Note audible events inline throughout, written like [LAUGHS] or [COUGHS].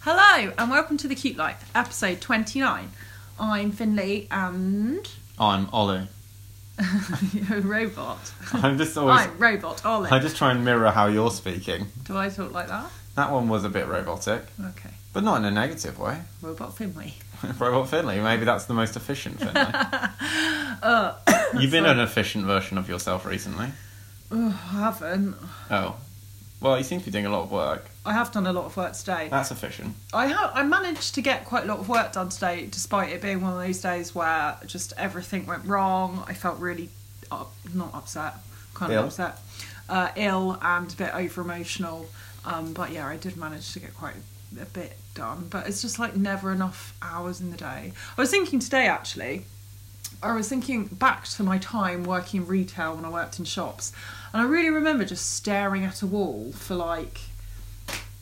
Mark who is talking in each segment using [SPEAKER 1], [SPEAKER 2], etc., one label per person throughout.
[SPEAKER 1] Hello and welcome to The Cute Life, episode 29. I'm Finley and [LAUGHS]
[SPEAKER 2] I'm Ollie.
[SPEAKER 1] you're a robot.
[SPEAKER 2] I'm just always.
[SPEAKER 1] I'm robot Ollie.
[SPEAKER 2] I just try and mirror how you're speaking.
[SPEAKER 1] Do I talk like that?
[SPEAKER 2] That one was a bit robotic,
[SPEAKER 1] Okay.
[SPEAKER 2] but not in a negative way. [LAUGHS]
[SPEAKER 1] Robot Finley.
[SPEAKER 2] Robot Finley, maybe that's the most efficient Finley.
[SPEAKER 1] [LAUGHS] Uh, [COUGHS]
[SPEAKER 2] You've been an efficient version of yourself recently.
[SPEAKER 1] ugh, I haven't.
[SPEAKER 2] Oh. Well, you seem to be doing a lot of work.
[SPEAKER 1] I have done a lot of work today.
[SPEAKER 2] That's efficient.
[SPEAKER 1] I ha- I managed to get quite a lot of work done today, despite it being one of those days where just everything went wrong. I felt really up, not upset, kind of
[SPEAKER 2] Ill?
[SPEAKER 1] upset, uh, ill and a bit over emotional. Um, but yeah, I did manage to get quite a bit done. But it's just like never enough hours in the day. I was thinking today actually. I was thinking back to my time working retail when I worked in shops, and I really remember just staring at a wall for like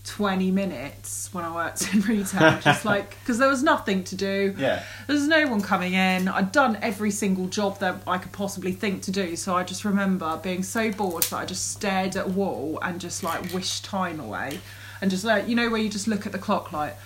[SPEAKER 1] 20 minutes when I worked [LAUGHS] in retail, just like because there was nothing to do.
[SPEAKER 2] Yeah.
[SPEAKER 1] There was no one coming in. I'd done every single job that I could possibly think to do, so I just remember being so bored that I just stared at a wall and just like wished time away, and just like you know where you just look at the clock like,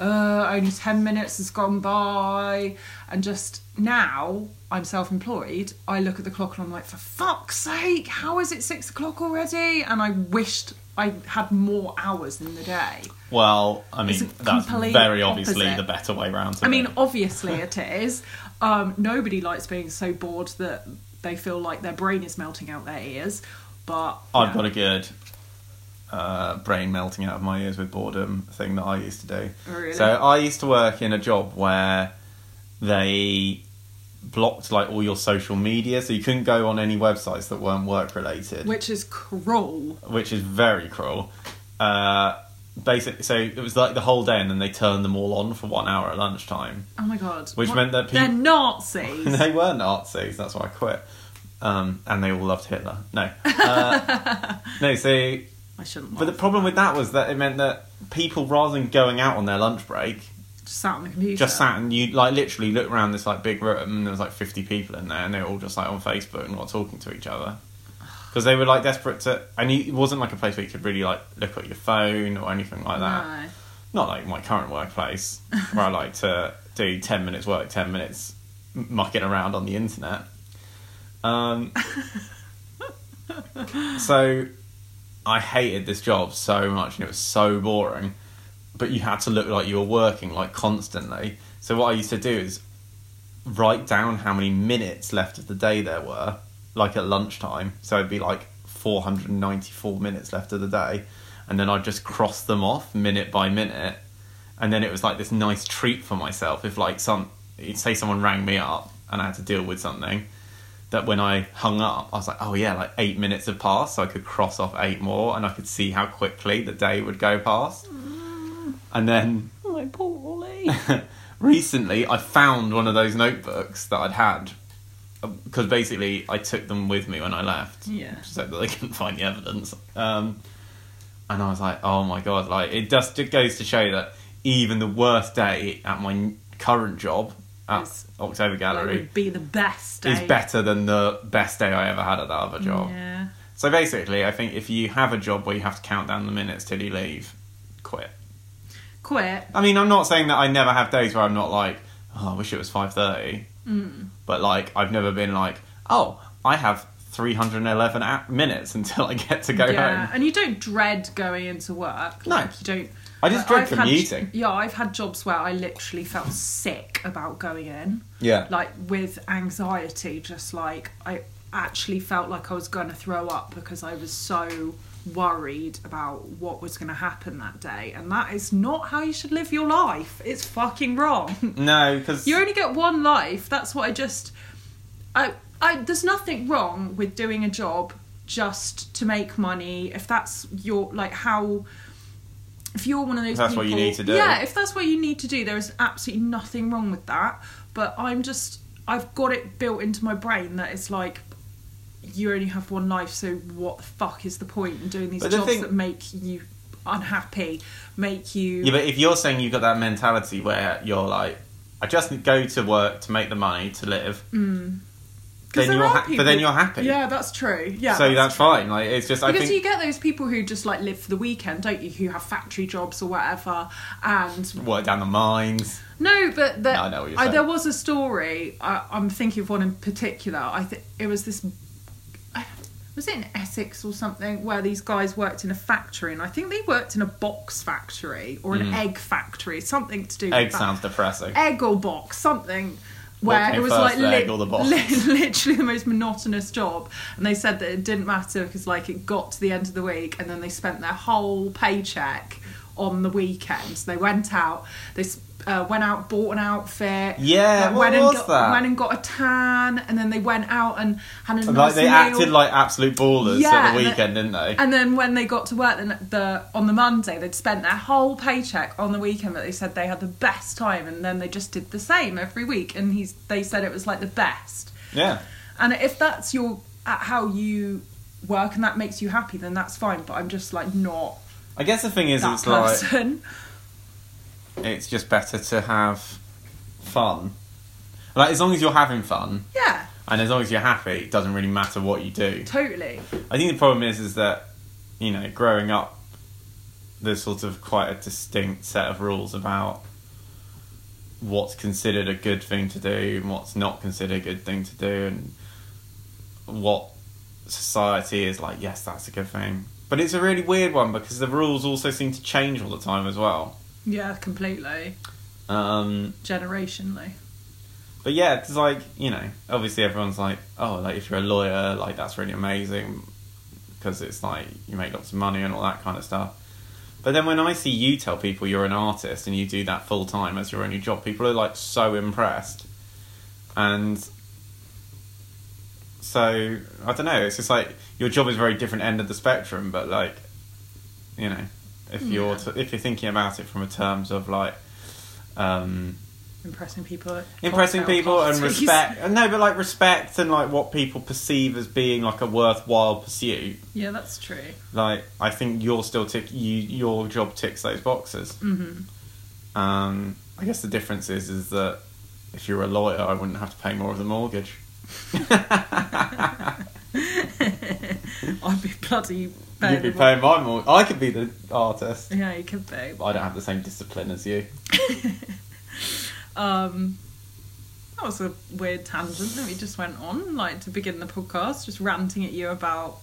[SPEAKER 1] uh, only 10 minutes has gone by, and just now I'm self-employed. I look at the clock and I'm like, for fuck's sake, how is it six o'clock already? And I wished. I had more hours in the day.
[SPEAKER 2] Well, I
[SPEAKER 1] It's
[SPEAKER 2] mean,
[SPEAKER 1] a
[SPEAKER 2] that's
[SPEAKER 1] complete
[SPEAKER 2] very obviously
[SPEAKER 1] opposite.
[SPEAKER 2] the better way round. to
[SPEAKER 1] I
[SPEAKER 2] be.
[SPEAKER 1] mean, obviously
[SPEAKER 2] [LAUGHS]
[SPEAKER 1] it is. Um, nobody likes being so bored that they feel like their brain is melting out their ears. But
[SPEAKER 2] I've got a good uh, brain melting out of my ears with boredom thing that I used to do.
[SPEAKER 1] Oh, really?
[SPEAKER 2] So I used to work in a job where they blocked like all your social media, so you couldn't go on any websites that weren't work related,
[SPEAKER 1] which is cruel.
[SPEAKER 2] which is very cruel. Uh, basically, so it was like the whole day, and then they turned them all on for one hour at lunchtime. [LAUGHS]
[SPEAKER 1] Oh my god!
[SPEAKER 2] Which
[SPEAKER 1] What-
[SPEAKER 2] meant that peop-
[SPEAKER 1] they're Nazis.
[SPEAKER 2] [LAUGHS] they were Nazis. That's why I quit. Um, and they all loved Hitler. No, uh,
[SPEAKER 1] [LAUGHS]
[SPEAKER 2] no. So
[SPEAKER 1] I shouldn't.
[SPEAKER 2] but the
[SPEAKER 1] laugh.
[SPEAKER 2] problem with that was that it meant that people, rather than going out on their lunch break,
[SPEAKER 1] just sat on the computer.
[SPEAKER 2] just sat and you like literally looked around this like big room and there was like fifty people in there and they were all just like on Facebook and not talking to each other because they were like desperate to. And you- it wasn't like a place where you could really like look at your phone or anything like that.
[SPEAKER 1] No.
[SPEAKER 2] Not like my current workplace where I like to do ten minutes work, ten minutes m- mucking around on the internet. Um, so I hated this job so much and it was so boring. But you had to look like you were working like constantly. So what I used to do is write down how many minutes left of the day there were, like at lunchtime. So it'd be like 494 minutes left of the day. And then I'd just cross them off minute by minute. And then it was like this nice treat for myself if like some say someone rang me up and I had to deal with something that when I hung up, I was like, oh yeah, like eight minutes have passed, so I could cross off eight more, and I could see how quickly the day would go past. And then
[SPEAKER 1] Oh, my poor Ollie.
[SPEAKER 2] recently, I found one of those notebooks that I'd had because basically I took them with me when I
[SPEAKER 1] [LAUGHS]
[SPEAKER 2] left, [LAUGHS]
[SPEAKER 1] Yeah.
[SPEAKER 2] so that they couldn't find the evidence. Um, and I was like, oh my god, like it just it goes to show that even the worst day at my n- current job at
[SPEAKER 1] Is-
[SPEAKER 2] October
[SPEAKER 1] that
[SPEAKER 2] Gallery.
[SPEAKER 1] would be the best.
[SPEAKER 2] Is
[SPEAKER 1] eh?
[SPEAKER 2] better than the best day I ever had at that other job.
[SPEAKER 1] Yeah.
[SPEAKER 2] So basically, I think if you have a job where you have to count down the minutes till you leave, quit.
[SPEAKER 1] Quit.
[SPEAKER 2] I mean, I'm not saying that I never have days where I'm not like, oh, I wish it was 5.30. Mm. But, like, I've never been like, oh, I have 311 a- minutes [LAUGHS] until I get to go
[SPEAKER 1] yeah,
[SPEAKER 2] home.
[SPEAKER 1] and you don't dread going into work.
[SPEAKER 2] No.
[SPEAKER 1] Like, you don't.
[SPEAKER 2] I just
[SPEAKER 1] Like,
[SPEAKER 2] dread
[SPEAKER 1] I've
[SPEAKER 2] commuting.
[SPEAKER 1] Had, yeah, I've had jobs where I literally felt sick about going in.
[SPEAKER 2] Yeah.
[SPEAKER 1] Like with anxiety, just like I actually felt like I was going to throw up because I was so worried about what was going to happen that day. And that is not how you should live your life. It's fucking wrong. [LAUGHS]
[SPEAKER 2] no, because...
[SPEAKER 1] You only get one life. That's what I just. I, I, there's nothing wrong with doing a job just to make money. If that's your like how, if you're one of those,
[SPEAKER 2] If that's what
[SPEAKER 1] people,
[SPEAKER 2] you need to do.
[SPEAKER 1] Yeah, if that's what you need to do, there is absolutely nothing wrong with that. But I'm just, I've got it built into my brain that it's like, you only have one life, so what the fuck is the point in doing these
[SPEAKER 2] But the
[SPEAKER 1] jobs
[SPEAKER 2] thing-
[SPEAKER 1] that make you unhappy, make you
[SPEAKER 2] Yeah, but if you're saying you've got that mentality
[SPEAKER 1] Mm.
[SPEAKER 2] where you're like, I just go to work to make the money to live,
[SPEAKER 1] 'Cause
[SPEAKER 2] then
[SPEAKER 1] there
[SPEAKER 2] you're
[SPEAKER 1] are
[SPEAKER 2] ha- but then
[SPEAKER 1] people-
[SPEAKER 2] you're happy.
[SPEAKER 1] Yeah, that's true. Yeah.
[SPEAKER 2] so
[SPEAKER 1] that's
[SPEAKER 2] that's fine. Like it's just I
[SPEAKER 1] Because
[SPEAKER 2] think
[SPEAKER 1] you get those people who just like live for the weekend, don't you? Who have factory jobs or whatever. And
[SPEAKER 2] work down the mines.
[SPEAKER 1] no, but the,
[SPEAKER 2] No, I know what you're saying.
[SPEAKER 1] there was a story. I, I'm thinking of one in particular. I think it was this. I- Was it in Essex or something where these guys worked in a factory? And I think they worked in a box factory or an egg factory, something to do with
[SPEAKER 2] Mm. Egg
[SPEAKER 1] that
[SPEAKER 2] sounds depressing.
[SPEAKER 1] egg or box, something
[SPEAKER 2] What
[SPEAKER 1] where
[SPEAKER 2] came
[SPEAKER 1] it was
[SPEAKER 2] first,
[SPEAKER 1] like
[SPEAKER 2] the egg or the box?
[SPEAKER 1] li- [LAUGHS] literally the most monotonous job. And they said that it didn't matter because like it got to the end of the week and then they spent their whole paycheck on the weekend. So they went out, they s- uh, went out, bought an outfit.
[SPEAKER 2] Yeah,
[SPEAKER 1] then
[SPEAKER 2] what
[SPEAKER 1] went
[SPEAKER 2] was
[SPEAKER 1] and got,
[SPEAKER 2] that?
[SPEAKER 1] Went and got a tan, and then they went out and had a
[SPEAKER 2] like
[SPEAKER 1] nice
[SPEAKER 2] they
[SPEAKER 1] meal.
[SPEAKER 2] acted like absolute ballers
[SPEAKER 1] Yeah,
[SPEAKER 2] at the
[SPEAKER 1] and the-
[SPEAKER 2] weekend, didn't they?
[SPEAKER 1] And then when they got to work the, the on the Monday, they'd spent their whole paycheck on the weekend. But they said they had the best time, and then they just did the same every week. And he's they said it was like the best.
[SPEAKER 2] yeah.
[SPEAKER 1] And if that's your at how you work and that makes you happy, then that's fine. But I'm just like not
[SPEAKER 2] I guess the thing is,
[SPEAKER 1] that
[SPEAKER 2] it's
[SPEAKER 1] person. [LAUGHS]
[SPEAKER 2] like it's just better to have fun. Like as long as you're having fun
[SPEAKER 1] Yeah,
[SPEAKER 2] and as long as you're happy, it doesn't really matter what you do.
[SPEAKER 1] totally.
[SPEAKER 2] I think the problem is is that you know growing up, there's sort of quite a distinct set of rules about what's considered a good thing to do and what's not considered a good thing to do and what society is like yes that's a good thing but it's a really weird one because the rules also seem to change all the time as well
[SPEAKER 1] Yeah, completely.
[SPEAKER 2] um
[SPEAKER 1] Generationally.
[SPEAKER 2] But yeah, it's like, you know, obviously everyone's like, oh, like if you're a lawyer, like that's really amazing because it's like you make lots of money and all that kind of stuff. But then when I see you tell people you're an artist and you do that full time as your only job, people are like so impressed. And so, I don't know, it's just like your job is a very different end of the spectrum, but like, you know, if you're
[SPEAKER 1] Yeah.
[SPEAKER 2] t- if you're thinking about it from a terms of like, um,
[SPEAKER 1] Impressing people. at
[SPEAKER 2] impressing
[SPEAKER 1] cocktail
[SPEAKER 2] people and
[SPEAKER 1] parties.
[SPEAKER 2] respect no but like respect and like what people perceive as being like a worthwhile pursuit
[SPEAKER 1] [LAUGHS] Yeah, that's true.
[SPEAKER 2] like i think you're still tick you your job ticks those boxes mm-hmm. um i guess the difference is is that if you're a lawyer i wouldn't have to pay more of the mortgage
[SPEAKER 1] [LAUGHS] I'd be bloody.
[SPEAKER 2] you'd be paying my mortgage i could be the artist
[SPEAKER 1] Yeah, you could be.
[SPEAKER 2] but i don't have the same discipline as you
[SPEAKER 1] Um, that was a weird tangent that we just went on, like to begin the podcast, just ranting at you about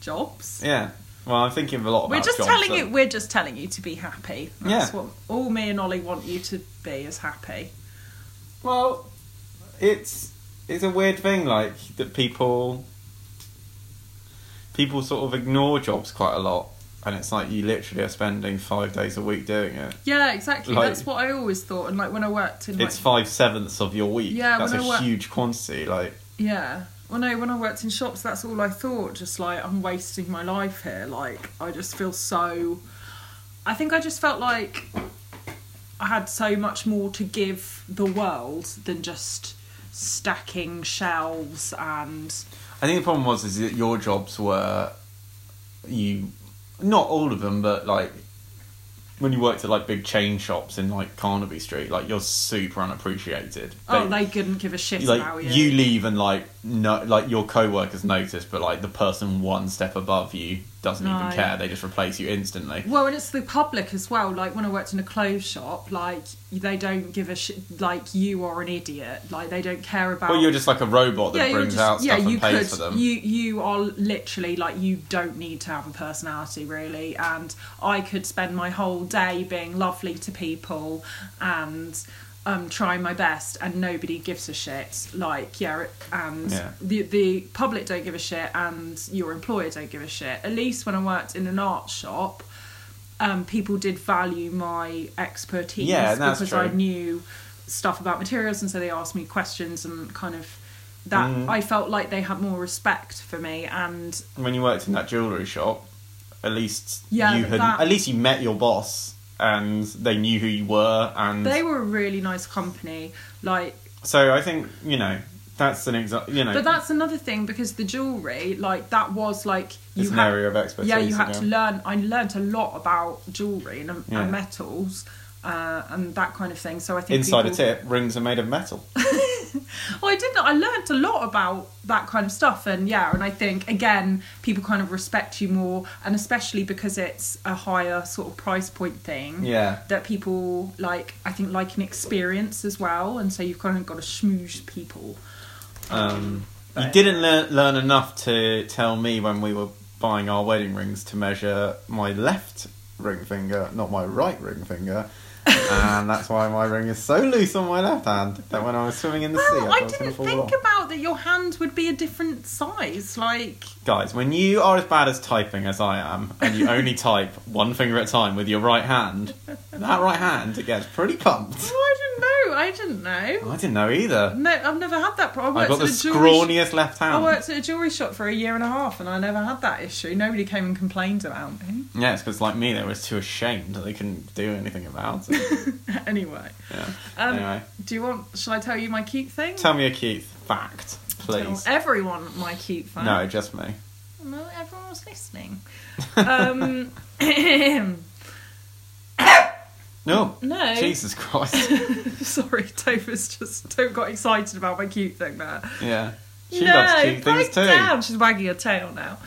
[SPEAKER 1] jobs.
[SPEAKER 2] yeah well i'm thinking of a lot about
[SPEAKER 1] we're just
[SPEAKER 2] jobs
[SPEAKER 1] telling
[SPEAKER 2] that-
[SPEAKER 1] you. We're just telling you to be happy. That's
[SPEAKER 2] Yeah.
[SPEAKER 1] what all me and Ollie want you to be is happy.
[SPEAKER 2] Well, it's it's a weird thing, like that people people sort of ignore jobs quite a lot, and it's like you literally are spending five days a week doing it.
[SPEAKER 1] Yeah, exactly.
[SPEAKER 2] Like-
[SPEAKER 1] That's what I always thought. And like when I worked in, like,
[SPEAKER 2] It's five sevenths of your week.
[SPEAKER 1] Yeah,
[SPEAKER 2] that's
[SPEAKER 1] when
[SPEAKER 2] a
[SPEAKER 1] I work-
[SPEAKER 2] huge quantity. Like,
[SPEAKER 1] yeah. Well, no, when I worked in shops, that's all I thought. Just like I'm wasting my life here. Like I just feel so. I think I just felt like I had so much more to give the world than just stacking shelves and
[SPEAKER 2] I think the problem was is that your jobs were you not all of them, but like when you worked at like big chain shops in like Carnaby Street, like you're super unappreciated.
[SPEAKER 1] oh,
[SPEAKER 2] They-
[SPEAKER 1] they couldn't give a shit about
[SPEAKER 2] like
[SPEAKER 1] you.
[SPEAKER 2] you leave and like no like your co-workers notice but like the person one step above you doesn't even
[SPEAKER 1] No.
[SPEAKER 2] care they just replace you instantly
[SPEAKER 1] Well, and it's the public as well. Like when I worked in a clothes shop, like they don't give a shit. Like you are an idiot. Like they don't care about.
[SPEAKER 2] well you're just like a robot that
[SPEAKER 1] Oh. you're
[SPEAKER 2] brings out stuff and pays for them
[SPEAKER 1] You you are literally like you don't need to have a personality really, and I could spend my whole day being lovely to people and um trying my best, and nobody gives a shit. Like yeah, and
[SPEAKER 2] Yeah.
[SPEAKER 1] the the public don't give a shit, and your employer don't give a shit. At least when I worked in an art shop. Um, people did value my expertise
[SPEAKER 2] Yeah, that's
[SPEAKER 1] because
[SPEAKER 2] true.
[SPEAKER 1] I knew stuff about materials and so they asked me questions and kind of that
[SPEAKER 2] Mm.
[SPEAKER 1] I felt like they had more respect for me and
[SPEAKER 2] when you worked in that jewelry shop at least
[SPEAKER 1] Yeah,
[SPEAKER 2] you
[SPEAKER 1] but
[SPEAKER 2] had
[SPEAKER 1] that-
[SPEAKER 2] at least you met your boss and they knew who you were and
[SPEAKER 1] they were a really nice company like
[SPEAKER 2] so i think you know that's an example you know
[SPEAKER 1] but that's another thing because the jewelry like that was like you
[SPEAKER 2] it's an
[SPEAKER 1] had-
[SPEAKER 2] area of expertise
[SPEAKER 1] yeah you had to
[SPEAKER 2] again.
[SPEAKER 1] learn I learnt a lot about jewelry and, and
[SPEAKER 2] Yeah.
[SPEAKER 1] metals uh, and that kind of thing so I think
[SPEAKER 2] Insider
[SPEAKER 1] people- [LAUGHS]
[SPEAKER 2] tip: rings are made of metal.
[SPEAKER 1] well, I didn't. I learned a lot about that kind of stuff, and yeah, and I think again, people kind of respect you more, and especially because it's a higher sort of price point thing.
[SPEAKER 2] Yeah.
[SPEAKER 1] That people like, I think, like an experience as well, and so you've kind of got to schmooze people.
[SPEAKER 2] Um, you
[SPEAKER 1] But-
[SPEAKER 2] didn't learn, learn enough to tell me when we were buying our wedding rings to measure my left ring finger, not my right ring finger. and that's why my ring is so loose on my left hand that when I was swimming in the sea, I
[SPEAKER 1] Well,
[SPEAKER 2] thought
[SPEAKER 1] I
[SPEAKER 2] it was going
[SPEAKER 1] didn't
[SPEAKER 2] to fall
[SPEAKER 1] think
[SPEAKER 2] off.
[SPEAKER 1] about that your hands would be a different size. Like,
[SPEAKER 2] Guys, when you are as bad as typing as I am, and you
[SPEAKER 1] [LAUGHS]
[SPEAKER 2] only type one finger at a time with your right hand, that right hand it gets pretty pumped.
[SPEAKER 1] oh, I didn't know. I didn't know.
[SPEAKER 2] I didn't know either.
[SPEAKER 1] No, I've never had that problem.
[SPEAKER 2] I've got the
[SPEAKER 1] jewelry.
[SPEAKER 2] scrawniest left
[SPEAKER 1] I
[SPEAKER 2] hand.
[SPEAKER 1] worked at a jewelry shop for a year and a half, and I never had that issue. Nobody came and complained about me.
[SPEAKER 2] Yeah, it's because like me, they were too ashamed that they couldn't do anything about it.
[SPEAKER 1] [LAUGHS] anyway,
[SPEAKER 2] Yeah.
[SPEAKER 1] um,
[SPEAKER 2] anyway,
[SPEAKER 1] do you want? Shall I tell you my cute thing?
[SPEAKER 2] tell me a cute fact,
[SPEAKER 1] Tell
[SPEAKER 2] please.
[SPEAKER 1] everyone my cute fact.
[SPEAKER 2] No, just me.
[SPEAKER 1] No, everyone was
[SPEAKER 2] [LAUGHS]
[SPEAKER 1] listening. um, no,
[SPEAKER 2] No. Jesus
[SPEAKER 1] [LAUGHS]
[SPEAKER 2] Christ.
[SPEAKER 1] [LAUGHS] sorry, Tova's just Tova got excited about my cute thing there.
[SPEAKER 2] Yeah. She
[SPEAKER 1] no,
[SPEAKER 2] loves cute things
[SPEAKER 1] pipe
[SPEAKER 2] too.
[SPEAKER 1] down. She's wagging her tail now.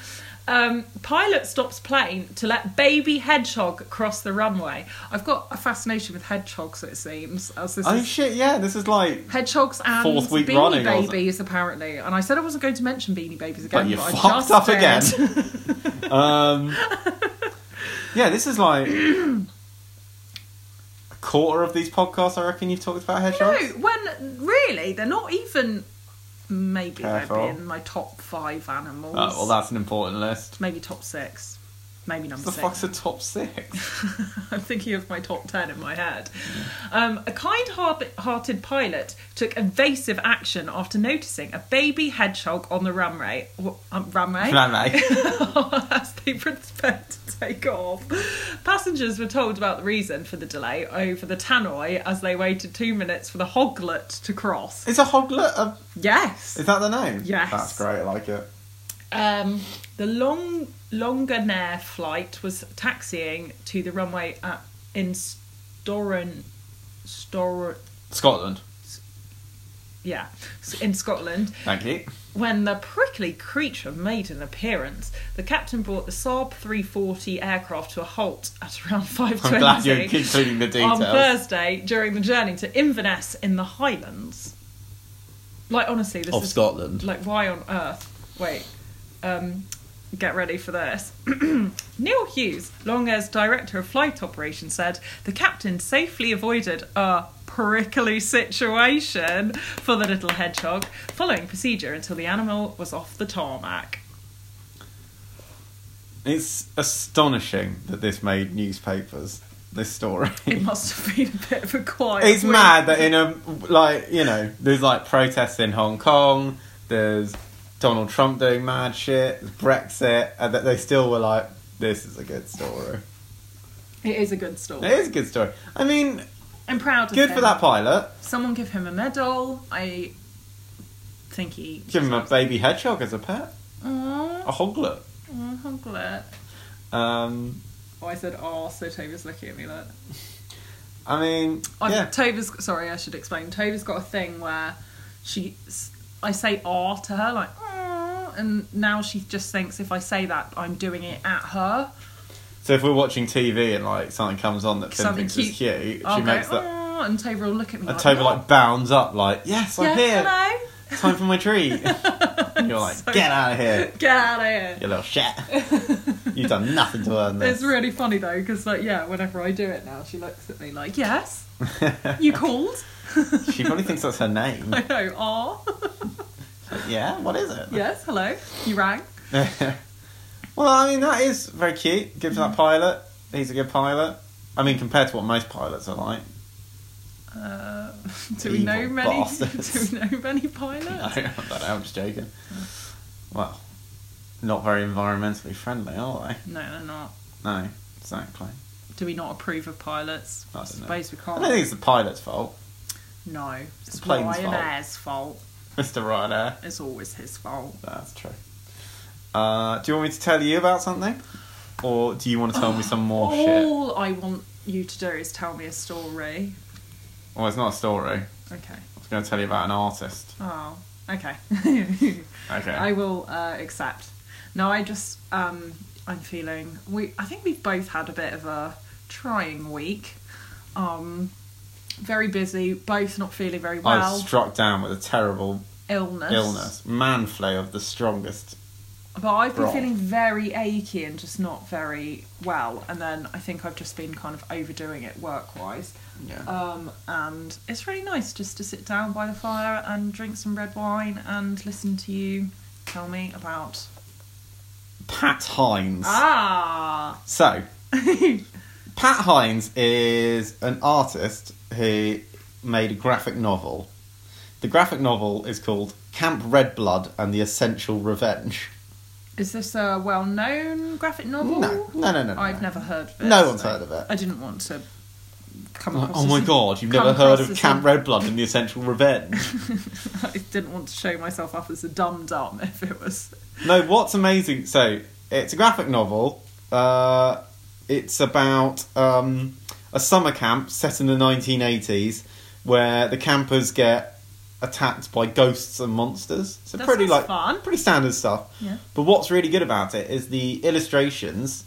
[SPEAKER 1] Um, pilot stops plane to let baby hedgehog cross the runway. I've got a fascination with hedgehogs. It seems as this
[SPEAKER 2] Oh
[SPEAKER 1] is
[SPEAKER 2] shit! Yeah, this is like.
[SPEAKER 1] hedgehogs and
[SPEAKER 2] Fourth week
[SPEAKER 1] beanie
[SPEAKER 2] running, wasn't it?
[SPEAKER 1] babies apparently. And I said I wasn't going to mention beanie babies again,
[SPEAKER 2] But you
[SPEAKER 1] I
[SPEAKER 2] fucked
[SPEAKER 1] just
[SPEAKER 2] up
[SPEAKER 1] did.
[SPEAKER 2] again. Um, yeah, this is like a quarter of these podcasts. I reckon you've talked
[SPEAKER 1] [LAUGHS]
[SPEAKER 2] about
[SPEAKER 1] No,
[SPEAKER 2] hedgehogs.
[SPEAKER 1] when really they're not even. Maybe they'd
[SPEAKER 2] Careful.
[SPEAKER 1] be in my top five animals.
[SPEAKER 2] Oh, well, that's an important list.
[SPEAKER 1] maybe top six, maybe number
[SPEAKER 2] What
[SPEAKER 1] six.
[SPEAKER 2] the fuck's a top six?
[SPEAKER 1] [LAUGHS] I'm thinking of my top 10 in my head. Um, a kind hearted pilot took evasive action after noticing a baby hedgehog on the runway. Um,
[SPEAKER 2] [LAUGHS]
[SPEAKER 1] runway?
[SPEAKER 2] Runway.
[SPEAKER 1] [LAUGHS] as they prepared to take off. Passengers were told about the reason for the delay over the tannoy as they waited two minutes for the hoglet to cross.
[SPEAKER 2] Is a hoglet? A,
[SPEAKER 1] Yes.
[SPEAKER 2] is that the name?
[SPEAKER 1] Yes.
[SPEAKER 2] That's great. I like it.
[SPEAKER 1] Um, the long Longanair flight was taxiing to the runway at in Storan, Storan,
[SPEAKER 2] Scotland.
[SPEAKER 1] yeah, in Scotland.
[SPEAKER 2] Thank you.
[SPEAKER 1] When the prickly creature made an appearance, the captain brought the Saab 340 aircraft to a halt at around 5:20
[SPEAKER 2] I'm glad you're including the
[SPEAKER 1] on
[SPEAKER 2] details.
[SPEAKER 1] Thursday during the journey to Inverness in the Highlands. Like honestly, this
[SPEAKER 2] Of
[SPEAKER 1] is
[SPEAKER 2] Scotland.
[SPEAKER 1] Like why on earth? Wait, um, get ready for this. [CLEARS THROAT] Neil Hughes, long as director of flight operations, said the captain safely avoided a prickly situation for the little hedgehog, following procedure until the animal was off the tarmac.
[SPEAKER 2] It's astonishing that this made newspapers.
[SPEAKER 1] [LAUGHS]
[SPEAKER 2] This story. [LAUGHS]
[SPEAKER 1] It must have been a bit of a quiet.
[SPEAKER 2] it's
[SPEAKER 1] week.
[SPEAKER 2] mad that in a like you know there's like protests in Hong Kong. There's Donald Trump doing mad shit. There's Brexit, and that they still were like, "This is a good story."
[SPEAKER 1] It is a good story.
[SPEAKER 2] It is a good story. I mean,
[SPEAKER 1] I'm proud of
[SPEAKER 2] good
[SPEAKER 1] him.
[SPEAKER 2] for that pilot.
[SPEAKER 1] Someone give him a medal. I think he
[SPEAKER 2] Give him a baby hedgehog as a pet,
[SPEAKER 1] Aw,
[SPEAKER 2] a hoglet.
[SPEAKER 1] aw, I'm glad.
[SPEAKER 2] Um,
[SPEAKER 1] Oh, I said oh, so Tova's looking at me like.
[SPEAKER 2] I mean,
[SPEAKER 1] i
[SPEAKER 2] yeah,
[SPEAKER 1] Tova's sorry, I should explain. Tova's got a thing where she, I say "ah" to her like, "Aw," and now she just thinks if I say that, I'm doing it at her.
[SPEAKER 2] So if we're watching TV and like something comes on that Finn
[SPEAKER 1] Something
[SPEAKER 2] thinks is
[SPEAKER 1] cute.
[SPEAKER 2] cute, she
[SPEAKER 1] I'll
[SPEAKER 2] makes
[SPEAKER 1] go, "Oh,
[SPEAKER 2] that.
[SPEAKER 1] "Aw," and Tova will look at me.
[SPEAKER 2] And
[SPEAKER 1] like,
[SPEAKER 2] Toby
[SPEAKER 1] "What?"
[SPEAKER 2] like bounds up, like yes, I'm
[SPEAKER 1] yeah,
[SPEAKER 2] here.
[SPEAKER 1] hello.
[SPEAKER 2] Time for my
[SPEAKER 1] [LAUGHS]
[SPEAKER 2] treat. and you're like,
[SPEAKER 1] So-
[SPEAKER 2] get out of here,
[SPEAKER 1] Get out of here.
[SPEAKER 2] you little shit.
[SPEAKER 1] [LAUGHS]
[SPEAKER 2] You've done nothing to earn
[SPEAKER 1] It's
[SPEAKER 2] this.
[SPEAKER 1] really funny though, because like yeah, whenever I do it now, she looks at me like,
[SPEAKER 2] [LAUGHS]
[SPEAKER 1] yes, you called.
[SPEAKER 2] she probably thinks that's her
[SPEAKER 1] [LAUGHS]
[SPEAKER 2] name.
[SPEAKER 1] I know. Ah, [LAUGHS]
[SPEAKER 2] yeah, what is it?
[SPEAKER 1] yes. Hello. You rang.
[SPEAKER 2] [LAUGHS] well, I mean that is very cute. Good for that pilot. He's a good pilot. I mean, compared to what most pilots are like. [LAUGHS]
[SPEAKER 1] Uh, [LAUGHS] do we
[SPEAKER 2] Evil
[SPEAKER 1] know many? [LAUGHS]
[SPEAKER 2] bastards.
[SPEAKER 1] Do we know many
[SPEAKER 2] [LAUGHS] No,
[SPEAKER 1] pilots?
[SPEAKER 2] I don't know, I'm just joking. Well, not very environmentally friendly, are they?
[SPEAKER 1] No, they're not.
[SPEAKER 2] No, exactly.
[SPEAKER 1] Do we not approve of pilots?
[SPEAKER 2] I
[SPEAKER 1] I,
[SPEAKER 2] don't know.
[SPEAKER 1] suppose we
[SPEAKER 2] I
[SPEAKER 1] can't.
[SPEAKER 2] don't think it's the pilot's fault.
[SPEAKER 1] no, it's
[SPEAKER 2] the plane's fault.
[SPEAKER 1] Ryanair's fault.
[SPEAKER 2] Mr. Ryanair.
[SPEAKER 1] It's always his fault.
[SPEAKER 2] That's true. Uh, do you want me to tell you about something?
[SPEAKER 1] [GASPS]
[SPEAKER 2] Or Oh,
[SPEAKER 1] Oh.
[SPEAKER 2] do you want to tell me some more shit?
[SPEAKER 1] All I want you to do is tell me a story.
[SPEAKER 2] Well, it's not a story. I
[SPEAKER 1] Okay.
[SPEAKER 2] was going to tell you about an artist.
[SPEAKER 1] Oh, okay. [LAUGHS]
[SPEAKER 2] Okay.
[SPEAKER 1] I will uh, accept. No, I just um, I'm feeling we. I think we've both had a bit of a trying week. Um, very busy. Both not feeling very
[SPEAKER 2] I
[SPEAKER 1] well.
[SPEAKER 2] was struck down with a terrible
[SPEAKER 1] illness.
[SPEAKER 2] illness. Man flu of the strongest.
[SPEAKER 1] But I've been
[SPEAKER 2] Right.
[SPEAKER 1] feeling very achy and just not very well. And then I think I've just been kind of overdoing it work wise.
[SPEAKER 2] Yeah.
[SPEAKER 1] Um, and it's really nice just to sit down by the fire and drink some red wine and listen to you tell me about.
[SPEAKER 2] Pat Hines.
[SPEAKER 1] Ah! [LAUGHS]
[SPEAKER 2] So, Pat Hines is an artist who made a graphic novel. The graphic novel is called Camp Red Blood and the Essential Revenge.
[SPEAKER 1] Is this a well known graphic novel?
[SPEAKER 2] No, no, no, no. no
[SPEAKER 1] I've
[SPEAKER 2] no.
[SPEAKER 1] never heard of it.
[SPEAKER 2] No one's heard of it.
[SPEAKER 1] I didn't want to come
[SPEAKER 2] Like,
[SPEAKER 1] across
[SPEAKER 2] oh
[SPEAKER 1] as
[SPEAKER 2] my
[SPEAKER 1] an-
[SPEAKER 2] god, you've
[SPEAKER 1] come
[SPEAKER 2] never heard
[SPEAKER 1] across
[SPEAKER 2] of
[SPEAKER 1] as
[SPEAKER 2] Camp
[SPEAKER 1] an-
[SPEAKER 2] Red Blood and the Essential
[SPEAKER 1] [LAUGHS]
[SPEAKER 2] Revenge.
[SPEAKER 1] I didn't want to show myself up as a dum dum [LAUGHS] if it was.
[SPEAKER 2] no, what's amazing? So, it's a graphic novel. Uh, it's about um, a summer camp set in the 1980s where the campers get attacked by ghosts and monsters. So,
[SPEAKER 1] That
[SPEAKER 2] pretty
[SPEAKER 1] sounds
[SPEAKER 2] like
[SPEAKER 1] fun.
[SPEAKER 2] pretty standard stuff.
[SPEAKER 1] Yeah.
[SPEAKER 2] But what's really good about it is the illustrations,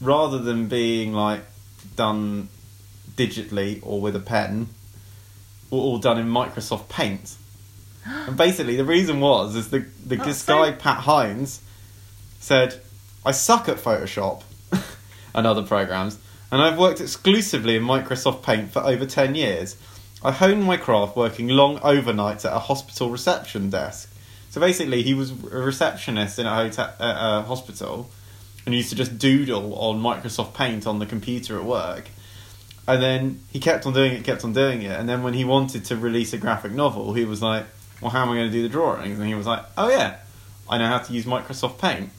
[SPEAKER 2] rather than being like done digitally or with a pen, were all done in Microsoft Paint. And basically, the reason was is the the
[SPEAKER 1] That's
[SPEAKER 2] this
[SPEAKER 1] so-
[SPEAKER 2] guy Pat Hines said, "I suck at Photoshop [LAUGHS] and other programs, and I've worked exclusively in Microsoft Paint for over ten years. I honed my craft working long overnights at a hospital reception desk. So basically, he was a receptionist in a hotel, at a hospital, and used to just doodle on Microsoft Paint on the computer at work." And then he kept on doing it, kept on doing it. And then when he wanted to release a graphic novel, he was like, Well, how am I going to do the drawings? And he was like, Oh, yeah, I know how to use Microsoft Paint.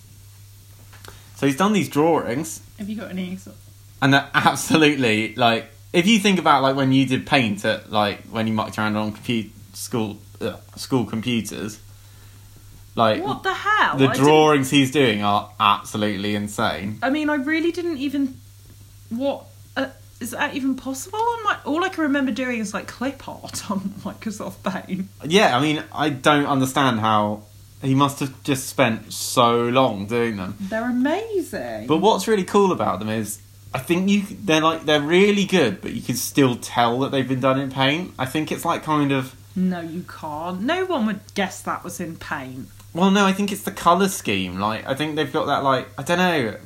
[SPEAKER 2] So he's done these drawings,
[SPEAKER 1] Have you got any? sort of-
[SPEAKER 2] and they're [LAUGHS] absolutely like, if you think about like when you did paint at like when you mucked around on compu- school ugh, school computers, like
[SPEAKER 1] What the hell?
[SPEAKER 2] the
[SPEAKER 1] I didn't-
[SPEAKER 2] drawings he's doing are absolutely insane.
[SPEAKER 1] I mean, I really didn't even. What uh, is that even possible? On my, all I can remember doing is like clip art [LAUGHS] on Microsoft Paint.
[SPEAKER 2] Yeah, I mean, I don't understand how he must have just spent so long doing them.
[SPEAKER 1] They're amazing.
[SPEAKER 2] But what's really cool about them is I think you they're like they're really good, but you can still tell that they've been done in paint. I think it's like kind of
[SPEAKER 1] no, you can't. No one would guess that was in paint.
[SPEAKER 2] well, no, I think it's the color scheme. Like I think they've got that like I don't know.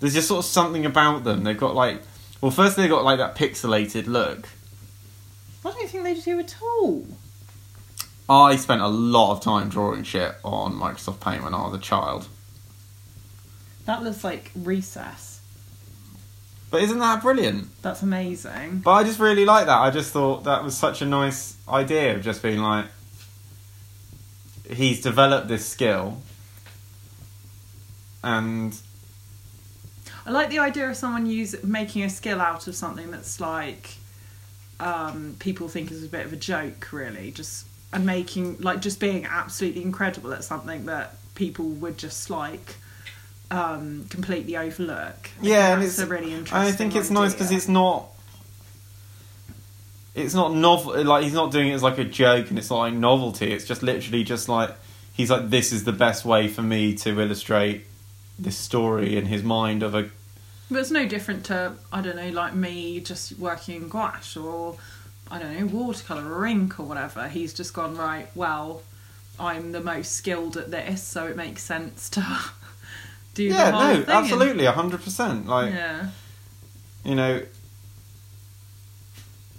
[SPEAKER 2] There's just sort of something about them. They've got like well, first they've got like that pixelated look.
[SPEAKER 1] I don't think they do at all.
[SPEAKER 2] I spent a lot of time drawing shit on Microsoft Paint when I was a child.
[SPEAKER 1] That looks like recess.
[SPEAKER 2] But isn't that brilliant?
[SPEAKER 1] That's amazing.
[SPEAKER 2] But I just really like that. I just thought that was such a nice idea of just being like, he's developed this skill, and
[SPEAKER 1] I like the idea of someone use making a skill out of something that's like um, people think is a bit of a joke, really. Just and making like just being absolutely incredible at something that people would just like um, completely overlook. I
[SPEAKER 2] yeah,
[SPEAKER 1] think
[SPEAKER 2] and
[SPEAKER 1] that's
[SPEAKER 2] it's
[SPEAKER 1] a really interesting.
[SPEAKER 2] I think it's nice because
[SPEAKER 1] idea.
[SPEAKER 2] it's not. It's not novel. Like he's not doing it as like a joke, and it's not like novelty. It's just literally just like he's like this is the best way for me to illustrate this story in his mind of a
[SPEAKER 1] But it's no different to I don't know, like me just working in gouache or I don't know watercolor or ink or whatever. He's just gone right. Well, I'm the most skilled at this, so it makes sense to [LAUGHS] do
[SPEAKER 2] yeah
[SPEAKER 1] the whole
[SPEAKER 2] no
[SPEAKER 1] thing. and-
[SPEAKER 2] absolutely hundred percent like
[SPEAKER 1] yeah,
[SPEAKER 2] you know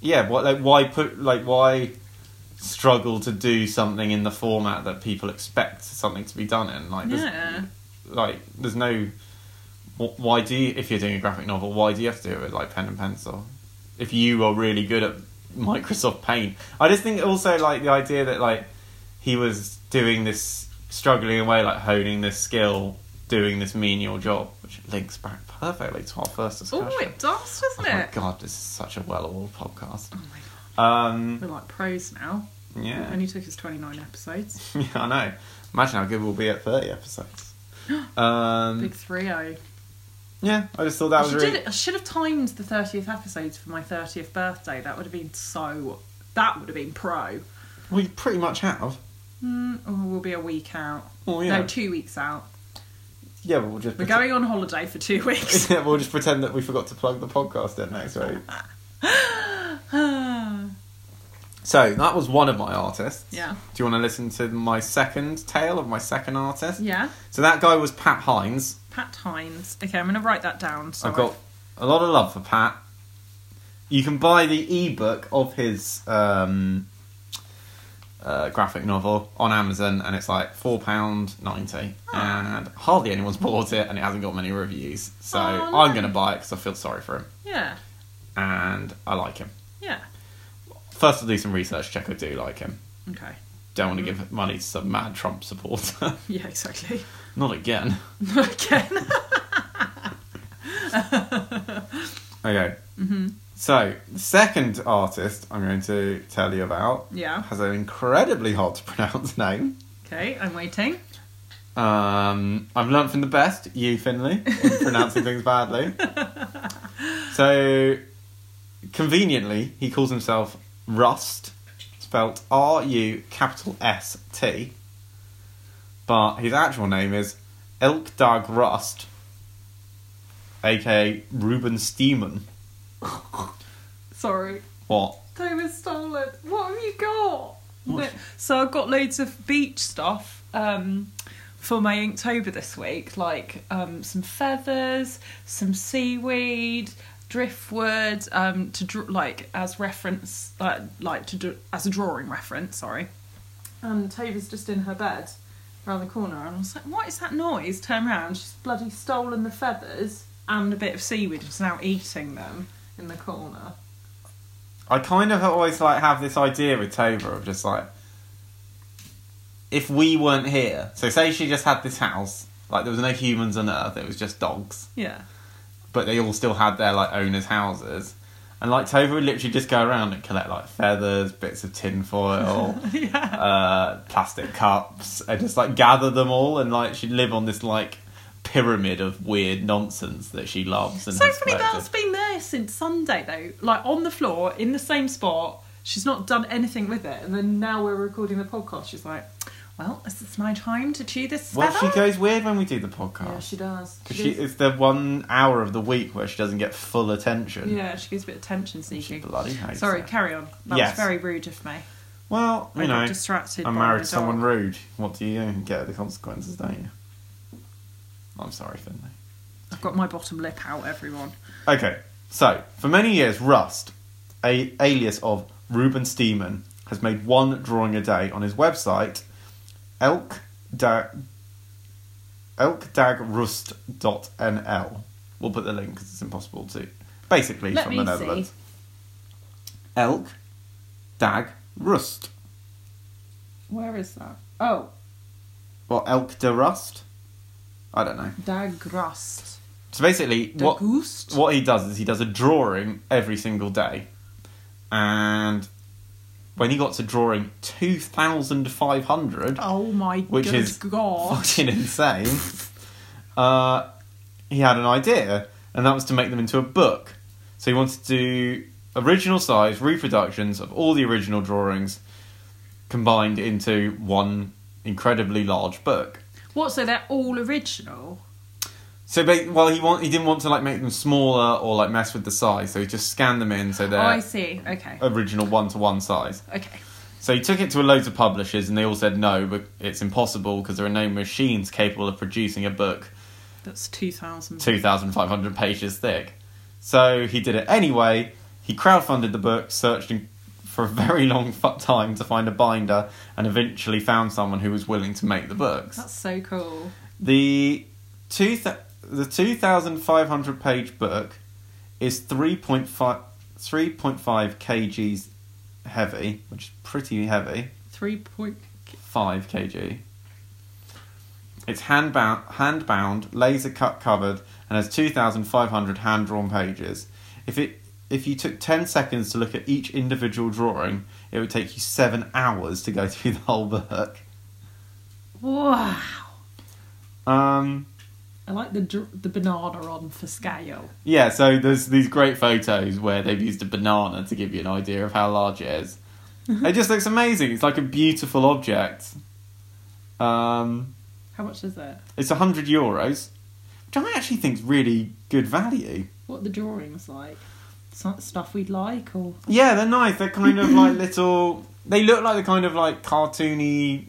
[SPEAKER 2] yeah what like why put like why struggle to do something in the format that people expect something to be done in like there's,
[SPEAKER 1] yeah.
[SPEAKER 2] like there's no wh- why do you if you're doing a graphic novel why do you have to do it with like pen and pencil if you are really good at [LAUGHS] microsoft paint i just think also like the idea that like he was doing this struggling away like honing this skill doing this menial job which links back perfectly to our first discussion
[SPEAKER 1] Oh, it does,
[SPEAKER 2] Oh
[SPEAKER 1] doesn't
[SPEAKER 2] my
[SPEAKER 1] it?
[SPEAKER 2] god, this is such a well-oiled podcast.
[SPEAKER 1] [LAUGHS] Oh my god,
[SPEAKER 2] Um,
[SPEAKER 1] we're like pros now. It
[SPEAKER 2] yeah,
[SPEAKER 1] only took us 29 episodes.
[SPEAKER 2] [LAUGHS] yeah, I
[SPEAKER 1] [GASPS]
[SPEAKER 2] know. Imagine how good we'll be at thirty episodes. Um,
[SPEAKER 1] Big three o.
[SPEAKER 2] Yeah, I just thought that
[SPEAKER 1] I
[SPEAKER 2] was
[SPEAKER 1] should,
[SPEAKER 2] really.
[SPEAKER 1] did it- I should have timed the 30th episode for my 30th birthday. That would have been so. That would have been pro.
[SPEAKER 2] Well, you pretty much have.
[SPEAKER 1] Mm, oh, we'll be a week out.
[SPEAKER 2] Well, Oh, yeah.
[SPEAKER 1] No, two weeks out.
[SPEAKER 2] Yeah, but we'll just.
[SPEAKER 1] We're
[SPEAKER 2] pretend-
[SPEAKER 1] going on holiday for two weeks. [SIGHS]
[SPEAKER 2] [LAUGHS] yeah, we'll just pretend that we forgot to plug the podcast in next week.
[SPEAKER 1] yeah.
[SPEAKER 2] So that was one of my artists. Do you want to listen to my second tale of my second artist?
[SPEAKER 1] Yeah.
[SPEAKER 2] So that guy was Pat Hines.
[SPEAKER 1] Pat Hines. Okay, I'm going to write that down. So
[SPEAKER 2] I've got a lot of love for Pat. You can buy the ebook of his um, uh, graphic novel on Amazon, and it's like four pound ninety,
[SPEAKER 1] Ah.
[SPEAKER 2] and hardly anyone's [LAUGHS] bought it, and it hasn't got many reviews. So
[SPEAKER 1] Aw,
[SPEAKER 2] I'm
[SPEAKER 1] no.
[SPEAKER 2] going to buy it because I feel sorry for him,
[SPEAKER 1] Yeah.
[SPEAKER 2] and I like him.
[SPEAKER 1] Yeah.
[SPEAKER 2] First, I'll do some research. Check I do like him.
[SPEAKER 1] Okay. [LAUGHS]
[SPEAKER 2] Don't
[SPEAKER 1] Mm.
[SPEAKER 2] want to give money to some mad Trump supporter. [LAUGHS]
[SPEAKER 1] Yeah, exactly. [LAUGHS]
[SPEAKER 2] Not again.
[SPEAKER 1] Again. [LAUGHS]
[SPEAKER 2] Okay. Mm-hmm. So, the second artist I'm going to tell you about
[SPEAKER 1] Yeah.
[SPEAKER 2] has an incredibly hard to [LAUGHS] pronounce name.
[SPEAKER 1] Okay, I'm waiting.
[SPEAKER 2] Um, I've learnt from the best, you, Finley, in pronouncing things badly. So, conveniently, he calls himself Rust, spelt R U capital S T, but his actual name is Elkdag Rust, aka Ruben Steeman.
[SPEAKER 1] Sorry.
[SPEAKER 2] What?
[SPEAKER 1] They were stolen. What have you got?
[SPEAKER 2] What?
[SPEAKER 1] So I've got loads of beach stuff um, for my Inktober this week, like um, some feathers, some seaweed, driftwood, um, to dr- like as reference, uh, like to do- as a drawing reference. Sorry. And Tova's just in her bed around the corner, and I was like, "What is that noise?" Turn around, she's bloody stolen the feathers and a bit of seaweed, and is now eating them in the corner.
[SPEAKER 2] I kind of always like have this idea with Tova of just like if we weren't here. So say she just had this house, like there was no humans on Earth, it was just dogs,
[SPEAKER 1] Yeah. [LAUGHS]
[SPEAKER 2] but they all still had their like owners' houses. And like Tova would literally just go around and collect like feathers, bits of tinfoil,
[SPEAKER 1] [LAUGHS] yeah.
[SPEAKER 2] uh, plastic cups, and just like gather them all. And like she'd live on this like pyramid of weird nonsense that she loves. And
[SPEAKER 1] So
[SPEAKER 2] has
[SPEAKER 1] funny
[SPEAKER 2] collected.
[SPEAKER 1] that's been there since Sunday though. Like on the floor in the same spot. She's not done anything with it, and then now we're recording the podcast. She's like, "Well, is this my time to chew this
[SPEAKER 2] Well,
[SPEAKER 1] feather?"
[SPEAKER 2] she goes weird when we do the podcast.
[SPEAKER 1] yeah, she does.
[SPEAKER 2] Because she,
[SPEAKER 1] goes-
[SPEAKER 2] it's the one hour of the week where she doesn't get full attention.
[SPEAKER 1] yeah, she gives a bit of attention seeking.
[SPEAKER 2] Bloody hates
[SPEAKER 1] Sorry,
[SPEAKER 2] it.
[SPEAKER 1] carry on. That
[SPEAKER 2] Yes.
[SPEAKER 1] was very rude of me.
[SPEAKER 2] Well, you
[SPEAKER 1] I got
[SPEAKER 2] know,
[SPEAKER 1] distracted.
[SPEAKER 2] I'm
[SPEAKER 1] by
[SPEAKER 2] married
[SPEAKER 1] my
[SPEAKER 2] to someone
[SPEAKER 1] dog.
[SPEAKER 2] rude. What do you get the consequences, don't you? I'm sorry, Finley.
[SPEAKER 1] I've got my bottom lip out, everyone.
[SPEAKER 2] Okay, so for many years, Rust, a alias of Ruben Steeman, has made one drawing a day on his website, elk da- elkdagrust.nl. We'll put the link because it's impossible to. Basically,
[SPEAKER 1] Let
[SPEAKER 2] from
[SPEAKER 1] me
[SPEAKER 2] the
[SPEAKER 1] see.
[SPEAKER 2] Netherlands. Elk dag rust.
[SPEAKER 1] Where is that? Oh,
[SPEAKER 2] Or elk de rust? I don't know.
[SPEAKER 1] Dagrust.
[SPEAKER 2] So basically, what,
[SPEAKER 1] Dagust?
[SPEAKER 2] what he does is he does a drawing every single day. And when he got to drawing 2,500,
[SPEAKER 1] Oh my
[SPEAKER 2] Which
[SPEAKER 1] good
[SPEAKER 2] is- [LAUGHS]
[SPEAKER 1] god!
[SPEAKER 2] fucking insane, uh, he had an idea, and that was to make them into a book. So he wanted to do original size reproductions of all the original drawings combined into one incredibly large book.
[SPEAKER 1] What? So they're all original.
[SPEAKER 2] So, ba- well, he want he didn't want to like make them smaller or like mess with the size, so he just scanned them in so they're
[SPEAKER 1] Oh, I see. Okay.
[SPEAKER 2] original one to one size.
[SPEAKER 1] Okay.
[SPEAKER 2] So he took it to a loads of publishers, and they all said no, but it's impossible because there are no machines capable of producing a book
[SPEAKER 1] That's 2000.
[SPEAKER 2] two thousand five hundred pages thick. So he did it anyway. He crowdfunded the book, searched in- for a very long fu- time to find a binder, and eventually found someone who was willing to make the books.
[SPEAKER 1] That's so cool.
[SPEAKER 2] The two th- the two thousand five hundred page book is 3.5, 3.5 kgs heavy, which is pretty heavy.
[SPEAKER 1] Three point.
[SPEAKER 2] Five kg. It's hand bound, hand bound, laser cut covered, and has two thousand five hundred hand drawn pages. If it if you took ten seconds to look at each individual drawing, it would take you seven hours to go [LAUGHS] through the whole book.
[SPEAKER 1] Wow.
[SPEAKER 2] Um,
[SPEAKER 1] I like the dr- the banana on for scale.
[SPEAKER 2] Yeah, so there's these great photos where they've used a banana to give you an idea of how large it is. it just looks amazing. It's like a beautiful object. Um,
[SPEAKER 1] How much is that?
[SPEAKER 2] it's 100 euros, which I actually think is really good value.
[SPEAKER 1] What are the drawings like? Some stuff we'd like, or
[SPEAKER 2] Yeah, they're nice. They're kind of [CLEARS THROAT] like little. They look like the kind of like cartoony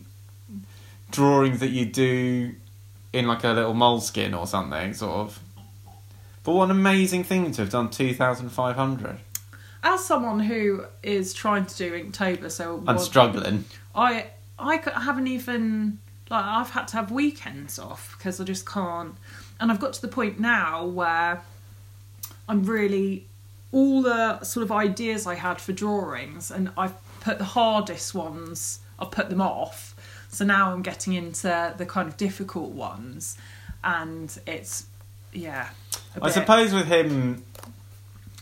[SPEAKER 2] drawings that you do in like a little moleskin or something, sort of. But what an amazing thing to have done 2,500.
[SPEAKER 1] as someone who is trying to do Inktober, so
[SPEAKER 2] I'm
[SPEAKER 1] was-
[SPEAKER 2] struggling.
[SPEAKER 1] I I c- haven't even like I've had to have weekends off because I just can't. And I've got to the point now where I'm really all the sort of ideas I had for drawings, and I've put the hardest ones. I've put them off, so now I'm getting into the kind of difficult ones, and it's yeah. a
[SPEAKER 2] I
[SPEAKER 1] bit-
[SPEAKER 2] suppose with him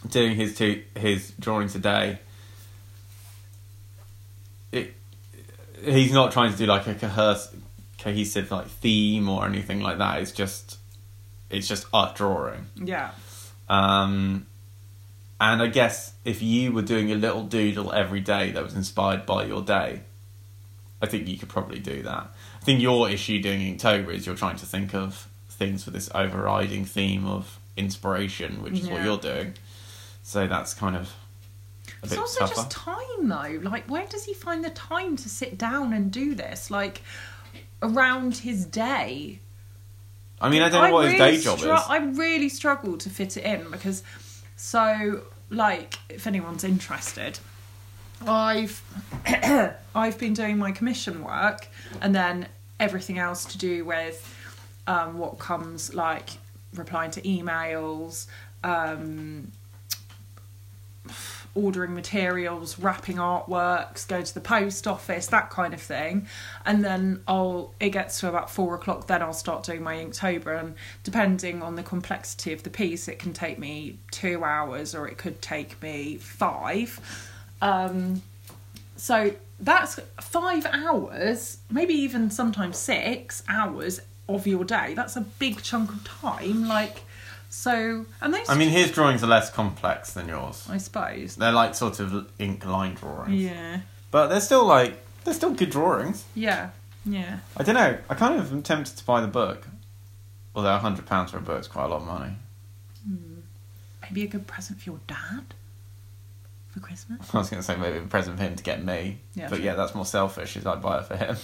[SPEAKER 2] doing his two, his drawing today, it he's not trying to do like a cohes- cohesive like theme or anything like that. It's just it's just art drawing.
[SPEAKER 1] Yeah.
[SPEAKER 2] Um, and I guess if you were doing a little doodle every day that was inspired by your day, I think you could probably do that. I think your issue doing Inktober is you're trying to think of things with this overriding theme of inspiration, which is what
[SPEAKER 1] Yeah.
[SPEAKER 2] you're doing. So that's kind of a
[SPEAKER 1] It's
[SPEAKER 2] bit
[SPEAKER 1] also
[SPEAKER 2] tougher.
[SPEAKER 1] just time though. Like where does he find the time to sit down and do this? Like around his day.
[SPEAKER 2] I mean, I don't know what
[SPEAKER 1] really
[SPEAKER 2] his day job
[SPEAKER 1] stru-
[SPEAKER 2] is.
[SPEAKER 1] I really struggle to fit it in because so like if anyone's interested, I've [COUGHS] I've been doing my commission work and then everything else to do with um, what comes like replying to emails, um, ordering materials, wrapping artworks, go to the post office, that kind of thing. And then I'll it gets to about four o'clock, then I'll start doing my Inktober and depending on the complexity of the piece, it can take me two hours or it could take me five. Um so that's five hours, maybe even sometimes six hours of your day. That's a big chunk of time. Like so and those
[SPEAKER 2] I mean, his drawings are less complex than yours.
[SPEAKER 1] I suppose.
[SPEAKER 2] They're like sort of ink line drawings,
[SPEAKER 1] Yeah.
[SPEAKER 2] but they're still like they're still good drawings.
[SPEAKER 1] Yeah, yeah.
[SPEAKER 2] I don't know. I kind of am tempted to buy the book. Although hundred pounds for a book is quite a lot of money. [LAUGHS]
[SPEAKER 1] Maybe a good present for your dad for Christmas. [LAUGHS]
[SPEAKER 2] I was going to say maybe a present for him to get me.
[SPEAKER 1] Yeah,
[SPEAKER 2] but
[SPEAKER 1] sure.
[SPEAKER 2] yeah, that's more selfish. Is I buy it for him.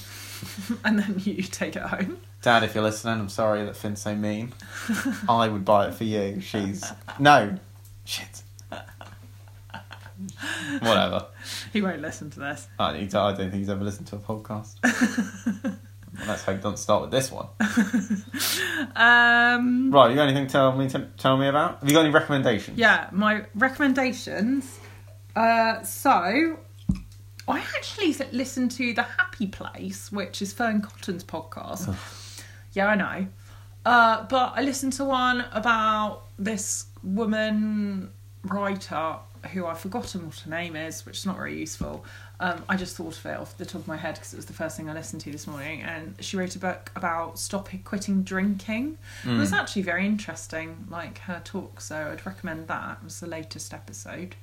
[SPEAKER 1] and then you take it home.
[SPEAKER 2] Dad, if you're listening, I'm sorry that Finn's
[SPEAKER 1] [LAUGHS]
[SPEAKER 2] so mean. I would buy it for you. She's no, shit. Whatever.
[SPEAKER 1] He won't listen to this.
[SPEAKER 2] I, I don't think he's ever listened to
[SPEAKER 1] [LAUGHS]
[SPEAKER 2] a podcast. Well, Let's hope he doesn't start with this one.
[SPEAKER 1] Um,
[SPEAKER 2] Right, you got anything to tell me to tell me about? Have you got any recommendations?
[SPEAKER 1] yeah, my recommendations. Uh, so, I actually s- listened to The Happy Place, which is Fern Cotton's podcast. yeah, I know. Uh, but I listened to one about this woman writer who I've forgotten what her name is, which is not very useful. Um, I just thought of it off the top of my head because it was the first thing I listened to this morning. And she wrote a book about stopping quitting drinking. It was actually very interesting, like her talk. So I'd recommend that. It was the latest episode.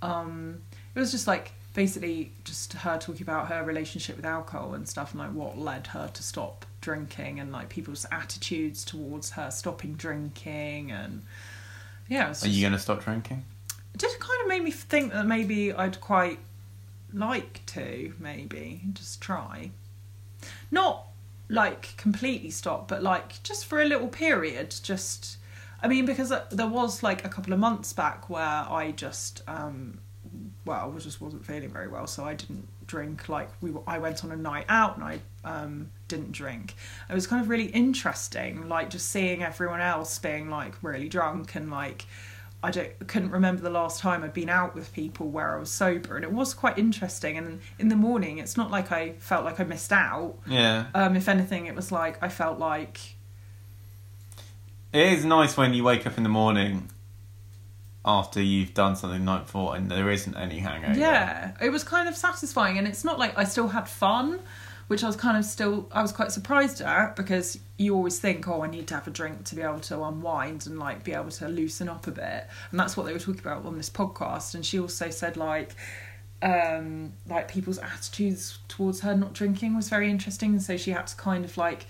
[SPEAKER 1] Um, it was just like basically just her talking about her relationship with alcohol and stuff and like what led her to stop drinking and like people's attitudes towards her stopping drinking and yeah it was
[SPEAKER 2] Are
[SPEAKER 1] just-
[SPEAKER 2] you going to stop drinking?
[SPEAKER 1] it just kind of made me think that maybe I'd quite like to, maybe just try. Not like completely stop, but like just for a little period. Just, I mean, because uh, there was like a couple of months back where I just, um, well, I just wasn't feeling very well, so I didn't drink. Like we, were, I went on a night out and I um, didn't drink. It was kind of really interesting, like just seeing everyone else being like really drunk and like I don't couldn't remember the last time I'd been out with people where I was sober, and it was quite interesting. And in the morning, it's not like I felt like I missed out.
[SPEAKER 2] Yeah.
[SPEAKER 1] Um, if anything, it was like I felt like
[SPEAKER 2] It is nice when you wake up in the morning after you've done something the night before and there isn't any hangover.
[SPEAKER 1] yeah, it was kind of satisfying. And it's not like I still had fun, which I was kind of still I was quite surprised at because you always think, oh, I need to have a drink to be able to unwind and like be able to loosen up a bit, and that's what they were talking about on this podcast. And she also said like um like people's attitudes towards her not drinking was very interesting and so she had to kind of like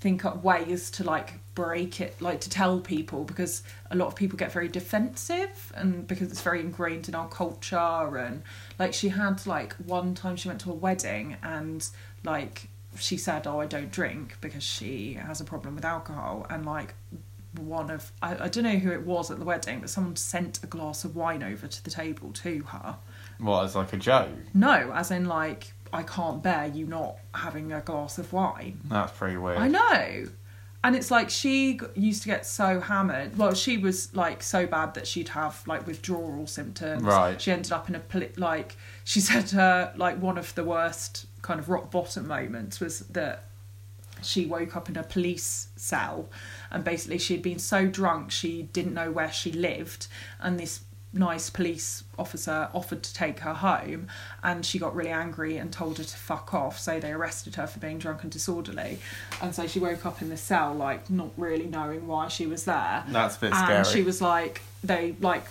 [SPEAKER 1] think up ways to like break it like to tell people because a lot of people get very defensive and because it's very ingrained in our culture and like she had like one time she went to a wedding and like she said oh i don't drink because she has a problem with alcohol and like one of I, I don't know who it was at the wedding but someone sent a glass of wine over to the table to her
[SPEAKER 2] What, as like a joke?
[SPEAKER 1] no, as in like I can't bear you not having a glass of wine.
[SPEAKER 2] That's pretty weird.
[SPEAKER 1] I know. And it's like she g- used to get so hammered. Well, she was like so bad that she'd have like withdrawal symptoms.
[SPEAKER 2] Right.
[SPEAKER 1] She ended up in a poli- like she said her like one of the worst kind of rock bottom moments was that she woke up in a police cell and basically she'd been so drunk she didn't know where she lived and this nice police officer offered to take her home and she got really angry and told her to fuck off so they arrested her for being drunk and disorderly and so she woke up in the cell like not really knowing why she was there
[SPEAKER 2] That's a bit
[SPEAKER 1] and
[SPEAKER 2] scary.
[SPEAKER 1] she was like they like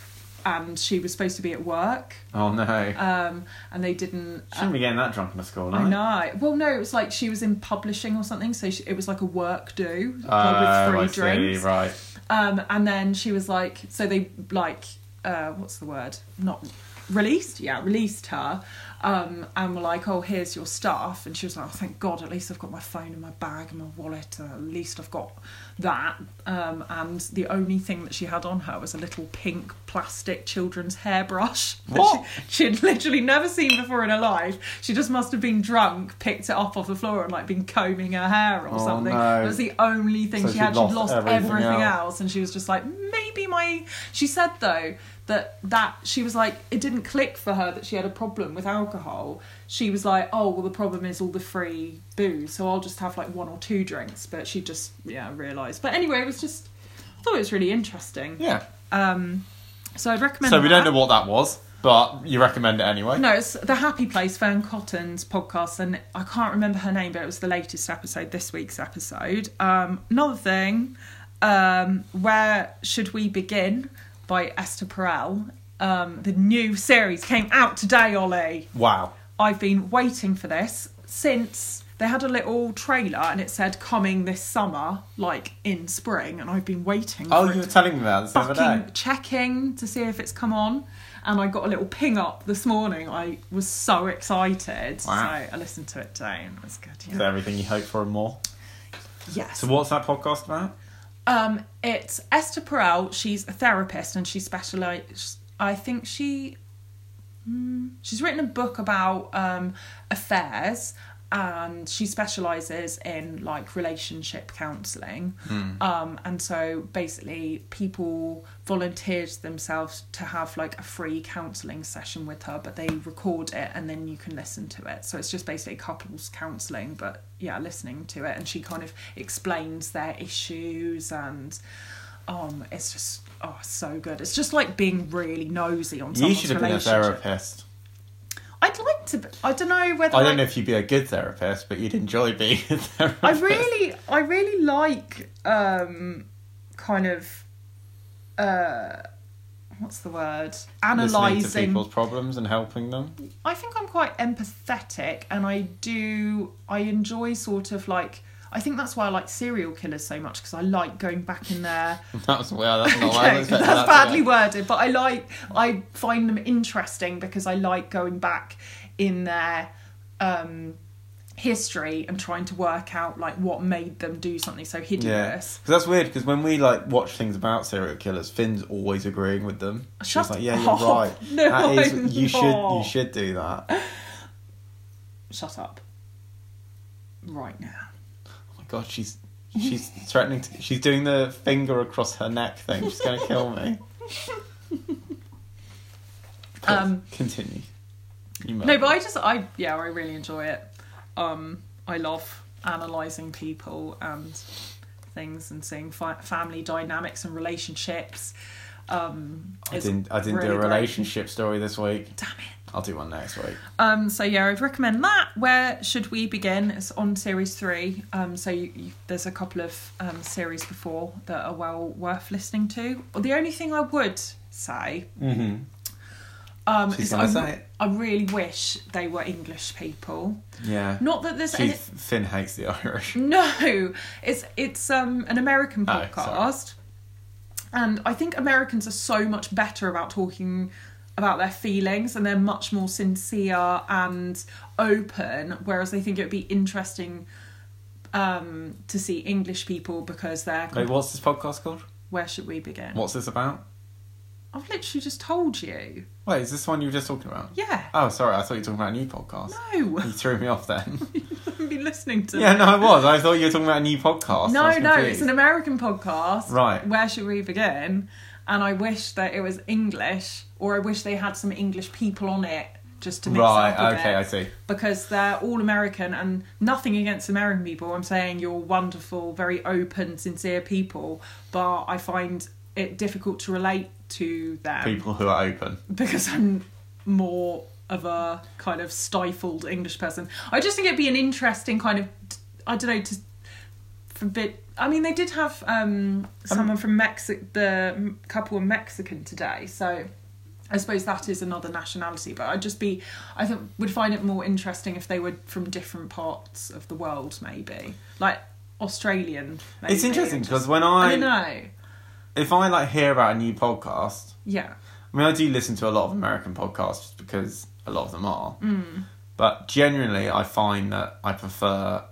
[SPEAKER 1] and she was supposed to be at work
[SPEAKER 2] Oh no.
[SPEAKER 1] um and they didn't
[SPEAKER 2] Shouldn't be getting that drunk in a school night.
[SPEAKER 1] I know. Well, no, it was like she was in publishing or something, so she, it was like a work do
[SPEAKER 2] Oh,
[SPEAKER 1] like,
[SPEAKER 2] I
[SPEAKER 1] with
[SPEAKER 2] see,
[SPEAKER 1] free drinks.
[SPEAKER 2] right.
[SPEAKER 1] Um, and then she was like, so they like, uh, what's the word? Not released, yeah, released her, um, and were like, oh, here's your stuff, and she was like, oh, thank God, at least I've got my phone in my bag and my wallet, and at least I've got that. Um, and the only thing that she had on her was a little pink plastic children's hairbrush. [LAUGHS] that
[SPEAKER 2] What?
[SPEAKER 1] She, she'd literally never seen before in her life. She just must have been drunk, picked it off off the floor, and like been combing her hair or
[SPEAKER 2] Oh,
[SPEAKER 1] something.
[SPEAKER 2] no.
[SPEAKER 1] It was the only thing
[SPEAKER 2] So
[SPEAKER 1] she
[SPEAKER 2] she'd
[SPEAKER 1] had. She'd
[SPEAKER 2] lost
[SPEAKER 1] lost everything,
[SPEAKER 2] everything
[SPEAKER 1] else
[SPEAKER 2] else.
[SPEAKER 1] else, and she was just like maybe my she said though that that she was like it didn't click for her that she had a problem with alcohol she was like oh well the problem is all the free booze so i'll just have like one or two drinks but she just yeah realized but anyway it was just i thought it was really interesting
[SPEAKER 2] Yeah.
[SPEAKER 1] um so i'd recommend
[SPEAKER 2] So we don't
[SPEAKER 1] that.
[SPEAKER 2] know what that was, but you recommend it anyway.
[SPEAKER 1] No, it's the Happy Place Fern Cotton's podcast, and I can't remember her name, but it was the latest episode, this week's episode. Um, another thing, um, where should we begin? By Esther Perel. Um, the new series came out today, Ollie.
[SPEAKER 2] Wow.
[SPEAKER 1] I've been waiting for this since they had a little trailer and it said coming this summer, like in spring, and I've been waiting.
[SPEAKER 2] Oh,
[SPEAKER 1] for it
[SPEAKER 2] you were
[SPEAKER 1] to
[SPEAKER 2] telling me that this other day.
[SPEAKER 1] fucking checking to see if it's come on. And I got a little ping up this morning. I was so excited.
[SPEAKER 2] Wow.
[SPEAKER 1] So I listened to it today and it was good.
[SPEAKER 2] Is
[SPEAKER 1] Yeah.
[SPEAKER 2] that everything you hope for and more?
[SPEAKER 1] Yes.
[SPEAKER 2] So what's that podcast about?
[SPEAKER 1] Um, it's Esther Perel. She's a therapist and she specializes. I think she, mm, she's written a book about um, affairs, and she specializes in like relationship counseling.
[SPEAKER 2] Hmm.
[SPEAKER 1] Um, and so basically, people volunteered themselves to have like a free counseling session with her, but they record it and then you can listen to it. So it's just basically couples counseling, but yeah, listening to it. And she kind of explains their issues and um, it's just oh so good. It's just like being really nosy on
[SPEAKER 2] You
[SPEAKER 1] someone's
[SPEAKER 2] should have been a
[SPEAKER 1] relationship.
[SPEAKER 2] therapist.
[SPEAKER 1] I'd like to. Be, I don't know whether
[SPEAKER 2] I don't
[SPEAKER 1] like-
[SPEAKER 2] know if you'd be a good therapist, but you'd enjoy being a therapist.
[SPEAKER 1] I really, I really like um, kind of uh, what's the word?
[SPEAKER 2] Listening to
[SPEAKER 1] Analyzing.
[SPEAKER 2] people's problems and helping them. [LAUGHS]
[SPEAKER 1] I think I'm quite empathetic, and I do. I enjoy sort of like. I think that's why I like serial killers so much because I like going back in there.
[SPEAKER 2] That was
[SPEAKER 1] [LAUGHS]
[SPEAKER 2] well. That's not what Oh, I
[SPEAKER 1] Okay,
[SPEAKER 2] was
[SPEAKER 1] that's
[SPEAKER 2] expecting that to
[SPEAKER 1] badly
[SPEAKER 2] be.
[SPEAKER 1] worded, but I like. I find them interesting because I like going back in their um, history and trying to work out like what made them do something so
[SPEAKER 2] Yeah,
[SPEAKER 1] hideous.
[SPEAKER 2] because that's weird. Because when we like watch things about serial killers, Finn's always agreeing with them.
[SPEAKER 1] Shut
[SPEAKER 2] She's like, "Yeah, you're
[SPEAKER 1] up.
[SPEAKER 2] right.
[SPEAKER 1] [LAUGHS] No,
[SPEAKER 2] that is
[SPEAKER 1] I'm
[SPEAKER 2] you should you
[SPEAKER 1] not.
[SPEAKER 2] should do that." Oh
[SPEAKER 1] shut up right now.
[SPEAKER 2] my god, she's she's threatening. To, she's doing the finger across her neck thing. She's gonna kill
[SPEAKER 1] [LAUGHS]
[SPEAKER 2] me. Cool,
[SPEAKER 1] Um,
[SPEAKER 2] continue. You
[SPEAKER 1] No, but I just I yeah, I really enjoy it. Um I love analyzing people and things and seeing fi- family dynamics and relationships. Um
[SPEAKER 2] I
[SPEAKER 1] it's
[SPEAKER 2] didn't. I didn't
[SPEAKER 1] really
[SPEAKER 2] do a
[SPEAKER 1] great.
[SPEAKER 2] relationship story this week.
[SPEAKER 1] Damn it.
[SPEAKER 2] I'll do one next week.
[SPEAKER 1] Um, so yeah, I'd recommend that. Where should we begin? It's on series three. Um, so you, you, there's a couple of um, series before that are well worth listening to. The only thing I would say
[SPEAKER 2] Mm-hmm.
[SPEAKER 1] um,
[SPEAKER 2] She's
[SPEAKER 1] is
[SPEAKER 2] gonna
[SPEAKER 1] I,
[SPEAKER 2] say it.
[SPEAKER 1] I really wish they were English people.
[SPEAKER 2] Yeah.
[SPEAKER 1] Not that there's
[SPEAKER 2] She,
[SPEAKER 1] any.
[SPEAKER 2] Finn hates the [LAUGHS] Irish.
[SPEAKER 1] No, it's it's um, an American
[SPEAKER 2] Oh, sorry.
[SPEAKER 1] podcast, and I think Americans are so much better about talking about their feelings, and they're much more sincere and open. Whereas they think it would be interesting um, to see English people because they're.
[SPEAKER 2] Wait, what's this podcast called?
[SPEAKER 1] Where should we begin?
[SPEAKER 2] What's this about?
[SPEAKER 1] I've literally just told you.
[SPEAKER 2] Wait, is this the one you were just talking about?
[SPEAKER 1] Yeah.
[SPEAKER 2] Oh, sorry, I thought you were talking about a new podcast.
[SPEAKER 1] No,
[SPEAKER 2] [LAUGHS]
[SPEAKER 1] [LAUGHS]
[SPEAKER 2] You threw me off then.
[SPEAKER 1] I've been listening to.
[SPEAKER 2] yeah, no, I was. I thought you were talking about a new podcast. I
[SPEAKER 1] No,
[SPEAKER 2] was
[SPEAKER 1] no,
[SPEAKER 2] confused.
[SPEAKER 1] it's an American podcast.
[SPEAKER 2] Right.
[SPEAKER 1] Where should we begin? And I wish that it was English, or I wish they had some English people on it just to mix it up
[SPEAKER 2] Right,
[SPEAKER 1] a
[SPEAKER 2] okay,
[SPEAKER 1] bit.
[SPEAKER 2] I see.
[SPEAKER 1] Because they're all American, and nothing against American people. I'm saying you're wonderful, very open, sincere people, but I find it difficult to relate to them
[SPEAKER 2] People who are open.
[SPEAKER 1] because I'm more of a kind of stifled English person. I just think it'd be an interesting kind of I don't know to for a bit. I mean, they did have um, someone from Mexico, the couple were Mexican today, so I suppose that is another nationality. But I'd just be, I think, would find it more interesting if they were from different parts of the world, maybe like Australian. Maybe.
[SPEAKER 2] It's interesting
[SPEAKER 1] Just-
[SPEAKER 2] because when
[SPEAKER 1] I
[SPEAKER 2] I,
[SPEAKER 1] don't know.
[SPEAKER 2] if I like hear about a new podcast,
[SPEAKER 1] Yeah,
[SPEAKER 2] I mean, I do listen to a lot of American podcasts just because a lot of them are.
[SPEAKER 1] Mm.
[SPEAKER 2] But generally, I find that I prefer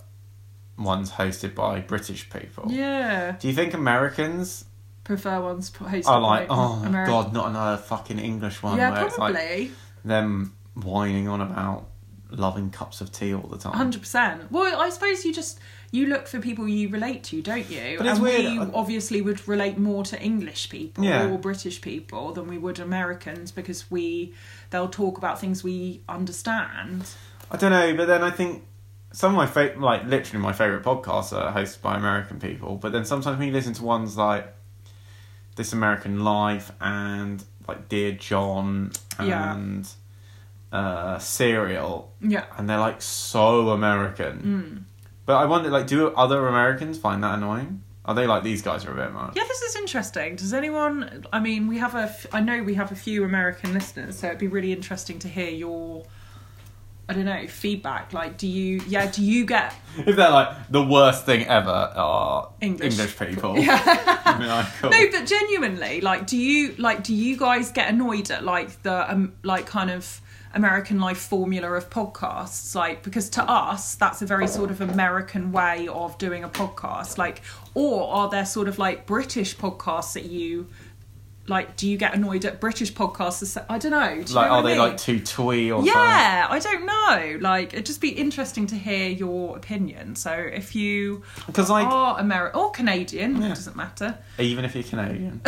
[SPEAKER 2] ones hosted by British people.
[SPEAKER 1] yeah.
[SPEAKER 2] Do you think Americans
[SPEAKER 1] Prefer ones hosted
[SPEAKER 2] are like,
[SPEAKER 1] by
[SPEAKER 2] oh
[SPEAKER 1] American
[SPEAKER 2] god, not another fucking English one?
[SPEAKER 1] Yeah,
[SPEAKER 2] where it's like
[SPEAKER 1] probably.
[SPEAKER 2] them whining on about loving cups of tea all the time.
[SPEAKER 1] Hundred percent. Well, I suppose you just you look for people you relate to, don't you?
[SPEAKER 2] But it's
[SPEAKER 1] and
[SPEAKER 2] weird,
[SPEAKER 1] we
[SPEAKER 2] I-
[SPEAKER 1] obviously would relate more to English people
[SPEAKER 2] Yeah.
[SPEAKER 1] or British people than we would Americans because we they'll talk about things we understand.
[SPEAKER 2] I don't know, but then I think some of my fa- like literally my favorite podcasts are hosted by American people. But then sometimes when you listen to ones like This American Life and like Dear John
[SPEAKER 1] Yeah.
[SPEAKER 2] and uh, Serial,
[SPEAKER 1] Yeah.
[SPEAKER 2] and they're like so American.
[SPEAKER 1] Mm.
[SPEAKER 2] But I wonder, like, do other Americans find that annoying? Are they like these guys are a bit much?
[SPEAKER 1] Yeah, this is interesting. Does anyone? I mean, we have a. f- I know we have a few American listeners, so it'd be really interesting to hear your. I don't know feedback. Like, do you? Yeah, do you get?
[SPEAKER 2] [LAUGHS] If they're like the worst thing ever are
[SPEAKER 1] English.
[SPEAKER 2] English,
[SPEAKER 1] [LAUGHS]
[SPEAKER 2] people.
[SPEAKER 1] Yeah.
[SPEAKER 2] [LAUGHS] I mean, like, cool.
[SPEAKER 1] No, but genuinely, like, do you like do you guys get annoyed at like the um, like kind of American life formula of podcasts? Like, because to us, that's a very sort of American way of doing a podcast. Like, or are there sort of like British podcasts that you like? Do you get annoyed at British podcasts? that say- I don't know. Do you
[SPEAKER 2] like,
[SPEAKER 1] know what
[SPEAKER 2] are
[SPEAKER 1] I
[SPEAKER 2] they
[SPEAKER 1] mean?
[SPEAKER 2] like too twee or something?
[SPEAKER 1] Yeah, I don't know. Like, it'd just be interesting to hear your opinion. So, if you
[SPEAKER 2] Because like
[SPEAKER 1] are American or Canadian, it doesn't matter.
[SPEAKER 2] even if
[SPEAKER 1] [LAUGHS]
[SPEAKER 2] you're Canadian.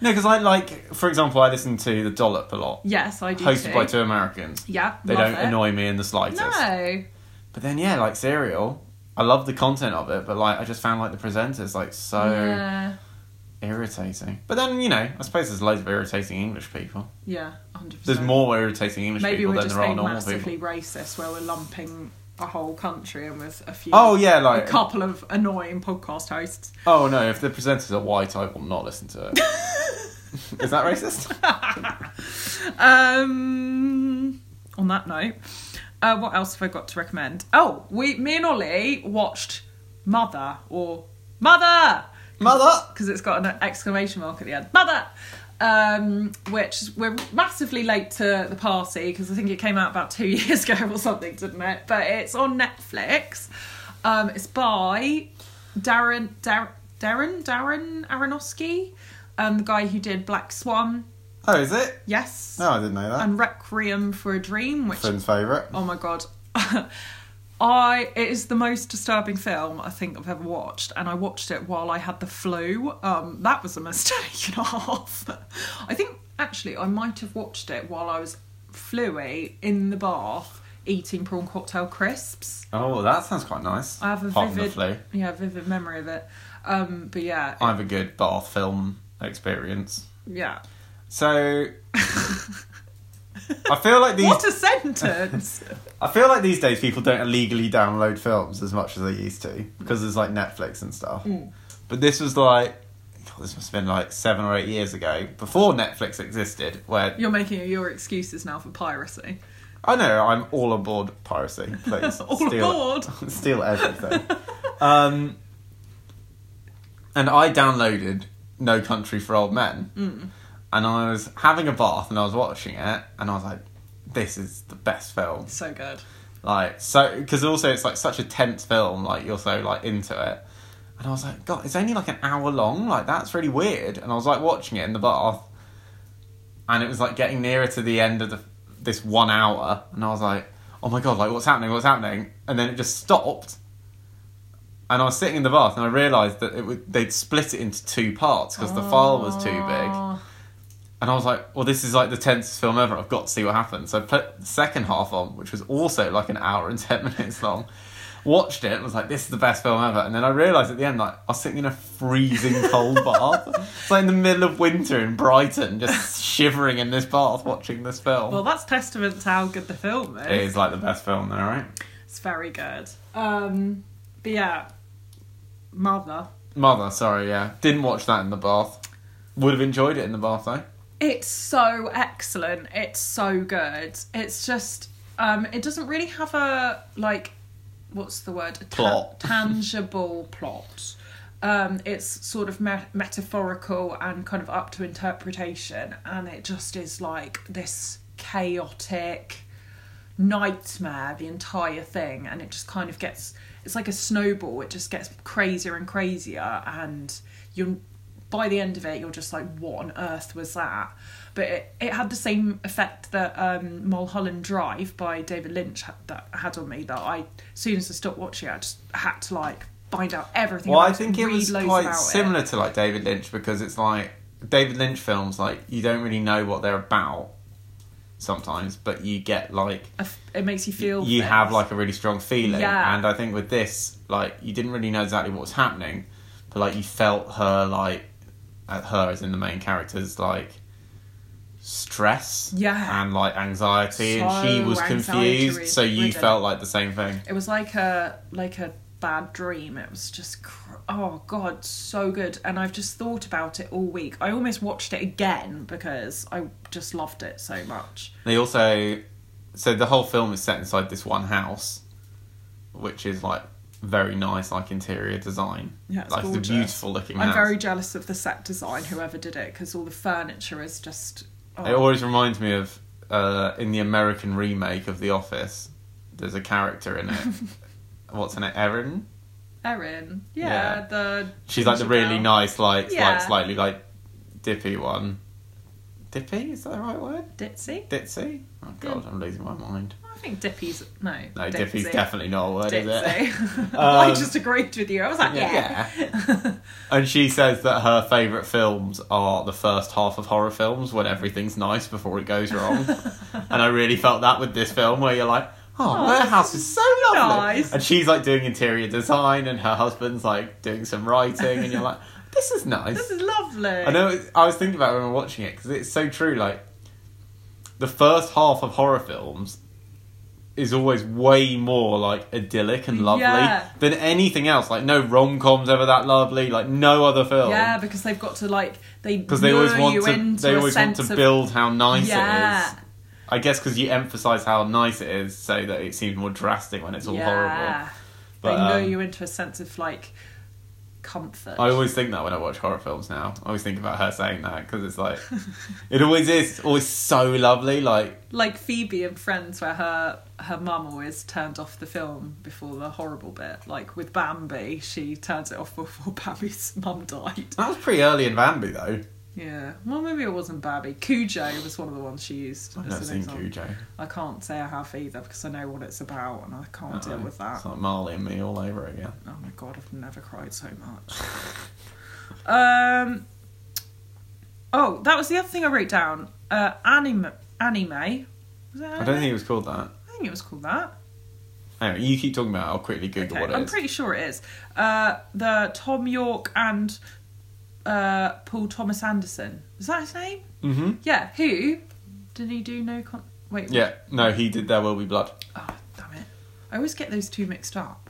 [SPEAKER 2] no, because I like, for example, I listen to the Dollop a lot,
[SPEAKER 1] Yes, I do.
[SPEAKER 2] hosted
[SPEAKER 1] too.
[SPEAKER 2] by two Americans.
[SPEAKER 1] Yeah,
[SPEAKER 2] They
[SPEAKER 1] love
[SPEAKER 2] don't
[SPEAKER 1] it.
[SPEAKER 2] annoy me in the slightest.
[SPEAKER 1] No,
[SPEAKER 2] But then yeah, like Serial, I love the content of it, but like I just found like the presenters like so
[SPEAKER 1] yeah,
[SPEAKER 2] irritating. But then you know, I suppose there's loads of irritating English people.
[SPEAKER 1] yeah, hundred
[SPEAKER 2] There's
[SPEAKER 1] percent.
[SPEAKER 2] more irritating English
[SPEAKER 1] Maybe
[SPEAKER 2] people
[SPEAKER 1] we're
[SPEAKER 2] than
[SPEAKER 1] just
[SPEAKER 2] there are
[SPEAKER 1] being
[SPEAKER 2] normal people.
[SPEAKER 1] massively racist, where we're lumping a whole country and with a few.
[SPEAKER 2] Oh yeah, like
[SPEAKER 1] a couple of annoying podcast hosts.
[SPEAKER 2] oh no, if the presenters are white, I will not listen
[SPEAKER 1] [LAUGHS]
[SPEAKER 2] to it. Is that racist?
[SPEAKER 1] Um, on that note, uh, what else have I got to recommend? Oh, we, me and Ollie watched Mother or Mother.
[SPEAKER 2] Mother.
[SPEAKER 1] because it's got an exclamation mark at the end. Mother! Um, which we're massively late to the party because I think it came out about two [LAUGHS] years ago or something, didn't it? But it's on Netflix. Um, it's by Darren Dar- Darren Darren Aronofsky, um, the guy who did Black Swan.
[SPEAKER 2] Oh, is it?
[SPEAKER 1] Yes,
[SPEAKER 2] No, I didn't know that.
[SPEAKER 1] and Requiem for a Dream, which
[SPEAKER 2] Finn's favourite.
[SPEAKER 1] Oh my god. [LAUGHS] I it is the most disturbing film I think I've ever watched, and I watched it while I had the flu. Um, that was a mistake [LAUGHS] and a half. I think actually I might have watched it while I was fluey in the bath eating prawn cocktail crisps.
[SPEAKER 2] Oh, that sounds quite nice.
[SPEAKER 1] I have a
[SPEAKER 2] Apart from the
[SPEAKER 1] vivid
[SPEAKER 2] flu.
[SPEAKER 1] yeah vivid memory of it. Um, but yeah
[SPEAKER 2] I have a good bath
[SPEAKER 1] [LAUGHS]
[SPEAKER 2] film experience.
[SPEAKER 1] yeah
[SPEAKER 2] So, I feel like these.
[SPEAKER 1] What
[SPEAKER 2] [LAUGHS]
[SPEAKER 1] a sentence!
[SPEAKER 2] I feel like these days people don't illegally download films as much as they used to because there's like Netflix and stuff.
[SPEAKER 1] Mm.
[SPEAKER 2] But this was like, God, this must have been like seven or eight years ago before Netflix existed. Where
[SPEAKER 1] You're making your excuses now for piracy. Oh,
[SPEAKER 2] I know I'm all aboard piracy.
[SPEAKER 1] [LAUGHS]
[SPEAKER 2] Please
[SPEAKER 1] All
[SPEAKER 2] steal,
[SPEAKER 1] aboard.
[SPEAKER 2] [LAUGHS] steal everything. um, and I downloaded No Country for Old Men,
[SPEAKER 1] Mm.
[SPEAKER 2] and I was having a bath and I was watching it, and I was like, "This is the best film."
[SPEAKER 1] So good.
[SPEAKER 2] like so because also it's like such a tense film like you're so like into it and i was like god it's only like an hour long like that's really weird and i was like watching it in the bath and it was like getting nearer to the end of the, this one hour and i was like oh my god like what's happening what's happening and then it just stopped and i was sitting in the bath and i realized that it would, they'd split it into two parts because the file was too big
[SPEAKER 1] Ah,
[SPEAKER 2] and I was like, well, this is like the tensest film ever. I've got to see what happens. So I put the second half on, which was also like an hour and [LAUGHS] 10 minutes long. Watched it and was like, this is the best film ever. And then I realised at the end, like, I was sitting in a freezing cold
[SPEAKER 1] [LAUGHS]
[SPEAKER 2] bath. It's like in the middle of winter in Brighton, just shivering in this bath watching this film.
[SPEAKER 1] Well, that's testament to how good the film
[SPEAKER 2] it
[SPEAKER 1] is.
[SPEAKER 2] is like the best film, though, right?
[SPEAKER 1] It's very good. Um, but yeah, mother.
[SPEAKER 2] Mother, sorry, yeah. Didn't watch that in the bath. Would have enjoyed it in the bath, though.
[SPEAKER 1] It's so excellent. It's so good. It's just um it doesn't really have a like what's the word? A ta-
[SPEAKER 2] Plot.
[SPEAKER 1] tangible plot. Um it's sort of me- metaphorical and kind of up to interpretation and it just is like this chaotic nightmare the entire thing and it just kind of gets it's like a snowball it just gets crazier and crazier and you're by the end of it you're just like what on earth was that but it, it had the same effect that um, mulholland drive by david lynch had, that had on me that i as soon as i stopped watching it i just had to like find out everything
[SPEAKER 2] Well,
[SPEAKER 1] about
[SPEAKER 2] I think it
[SPEAKER 1] read
[SPEAKER 2] was
[SPEAKER 1] loads
[SPEAKER 2] quite
[SPEAKER 1] about
[SPEAKER 2] similar to like David Lynch because it's like David Lynch films, like you don't really know what they're about sometimes, but you get like
[SPEAKER 1] it. it makes you feel
[SPEAKER 2] you
[SPEAKER 1] things.
[SPEAKER 2] have like a really strong feeling.
[SPEAKER 1] Yeah.
[SPEAKER 2] And I think with this, like you didn't really know exactly what was happening, but like you felt her like uh, her as in the main characters like stress
[SPEAKER 1] Yeah.
[SPEAKER 2] and like anxiety and she
[SPEAKER 1] So
[SPEAKER 2] was confused
[SPEAKER 1] anxiety
[SPEAKER 2] so you
[SPEAKER 1] ridden.
[SPEAKER 2] felt like the same thing
[SPEAKER 1] It was like a like a bad dream. It was just cr- oh god, so good. And I've just thought about it all week. I almost watched it again because I just loved it so much.
[SPEAKER 2] They also, so the whole film is set inside this one house, which is like very nice, like interior design.
[SPEAKER 1] Yeah, it's
[SPEAKER 2] like it's
[SPEAKER 1] gorgeous.
[SPEAKER 2] a beautiful looking
[SPEAKER 1] I'm
[SPEAKER 2] house.
[SPEAKER 1] very jealous of the set design, whoever did it, because all the furniture is just.
[SPEAKER 2] It
[SPEAKER 1] Oh,
[SPEAKER 2] always reminds me of uh, in the American remake of The Office. There's a character
[SPEAKER 1] [LAUGHS]
[SPEAKER 2] in it. What's in it? Erin.
[SPEAKER 1] Erin, yeah,
[SPEAKER 2] Yeah.
[SPEAKER 1] the
[SPEAKER 2] She's like the
[SPEAKER 1] ginger
[SPEAKER 2] really
[SPEAKER 1] girl.
[SPEAKER 2] nice, like
[SPEAKER 1] Yeah.
[SPEAKER 2] like slightly like dippy one. Dippy is that the right word?
[SPEAKER 1] Ditsy.
[SPEAKER 2] Ditzy. Oh god, I'm losing my mind.
[SPEAKER 1] I think Dippy's no.
[SPEAKER 2] No,
[SPEAKER 1] Dipsy.
[SPEAKER 2] Dippy's definitely not a word, is it?
[SPEAKER 1] Dipsy. [LAUGHS] I
[SPEAKER 2] Um,
[SPEAKER 1] just agreed with you. I was like,
[SPEAKER 2] Yeah.
[SPEAKER 1] yeah.
[SPEAKER 2] [LAUGHS] And she says that her favourite films are the first half of horror films when everything's nice before it
[SPEAKER 1] [LAUGHS]
[SPEAKER 2] goes wrong. and I really felt that with this film where you're like, oh,
[SPEAKER 1] Oh,
[SPEAKER 2] their
[SPEAKER 1] this
[SPEAKER 2] house is so lovely.
[SPEAKER 1] nice.
[SPEAKER 2] And she's like doing interior design and her husband's like doing some writing and you're like, this is nice.
[SPEAKER 1] this is lovely.
[SPEAKER 2] I know. it- I was thinking about it when we were watching it because it's so true. Like the first half of horror films is always way more like idyllic and lovely
[SPEAKER 1] Yeah.
[SPEAKER 2] than anything else. Like no rom coms ever that lovely. Like no other film.
[SPEAKER 1] Yeah, because they've got to like they
[SPEAKER 2] Because Oh. they always
[SPEAKER 1] lure
[SPEAKER 2] want
[SPEAKER 1] you
[SPEAKER 2] to.
[SPEAKER 1] into
[SPEAKER 2] They
[SPEAKER 1] a
[SPEAKER 2] always want
[SPEAKER 1] sense
[SPEAKER 2] to
[SPEAKER 1] of-
[SPEAKER 2] build how nice
[SPEAKER 1] yeah,
[SPEAKER 2] it is. I guess because you emphasize how nice it is, so that it seems more drastic when it's all horrible.
[SPEAKER 1] yeah.
[SPEAKER 2] But,
[SPEAKER 1] they lure
[SPEAKER 2] um,
[SPEAKER 1] you into a sense of like comfort.
[SPEAKER 2] I always think that when I watch horror films now. I always think about her saying that because
[SPEAKER 1] [LAUGHS]
[SPEAKER 2] it's like, it always is always so lovely. Like
[SPEAKER 1] like Phoebe and Friends, where her her mum always turned off the film before the horrible bit. Like with Bambi, she turns it off before [LAUGHS] Bambi's mum died.
[SPEAKER 2] That was pretty early in Bambi, though.
[SPEAKER 1] Yeah, well maybe it wasn't Bambi. Cujo was one of the ones she used.
[SPEAKER 2] I've
[SPEAKER 1] as
[SPEAKER 2] never
[SPEAKER 1] an
[SPEAKER 2] seen
[SPEAKER 1] example.
[SPEAKER 2] Cujo.
[SPEAKER 1] I can't say I have either because I know what it's about and I can't deal
[SPEAKER 2] Uh-oh.
[SPEAKER 1] with that.
[SPEAKER 2] It's like Marley and me all over again.
[SPEAKER 1] Oh my god, I've never cried so much. um. Oh, that was the other thing I wrote down. Uh, anime, anime. Was it anime?
[SPEAKER 2] I don't think it was called that.
[SPEAKER 1] I think it was called that.
[SPEAKER 2] Anyway, you keep talking about it. I'll quickly Google
[SPEAKER 1] Okay,
[SPEAKER 2] what it
[SPEAKER 1] I'm
[SPEAKER 2] is.
[SPEAKER 1] pretty sure it is. Uh, the Tom York and uh, Paul Thomas Anderson. Was that his name?
[SPEAKER 2] Mm-hmm.
[SPEAKER 1] Yeah. Who did he do? No con. Wait.
[SPEAKER 2] Yeah, no, he did There Will Be Blood.
[SPEAKER 1] Oh, damn it. I always get those two mixed up.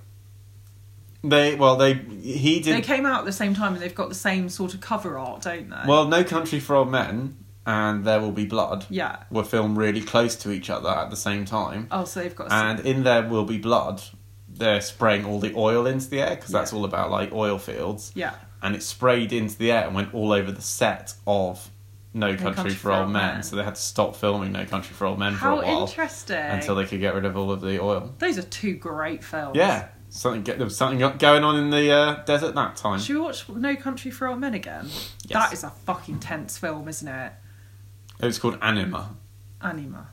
[SPEAKER 2] They, well, they, he
[SPEAKER 1] They
[SPEAKER 2] did.
[SPEAKER 1] came out at the same time and they've got the same sort of cover art, don't they?
[SPEAKER 2] Well, No Country for Old Men and There Will Be Blood
[SPEAKER 1] yeah.
[SPEAKER 2] were filmed really close to each other at the same time.
[SPEAKER 1] Oh, so they've got.
[SPEAKER 2] And in There Will Be Blood, they're spraying all the oil into the air because that's all about like oil fields.
[SPEAKER 1] yeah.
[SPEAKER 2] and it sprayed into the air and went all over the set of No Country, for Old Men. So they had to stop filming No Country for Old Men for a
[SPEAKER 1] How
[SPEAKER 2] while
[SPEAKER 1] interesting.
[SPEAKER 2] until they could get rid of all of the oil.
[SPEAKER 1] Those are two great films.
[SPEAKER 2] Yeah, something get, there was something go- going on in the uh, desert that time.
[SPEAKER 1] Should we watch No Country for Old Men again? That is a fucking tense film, isn't it?
[SPEAKER 2] It was called Anima.
[SPEAKER 1] Anima.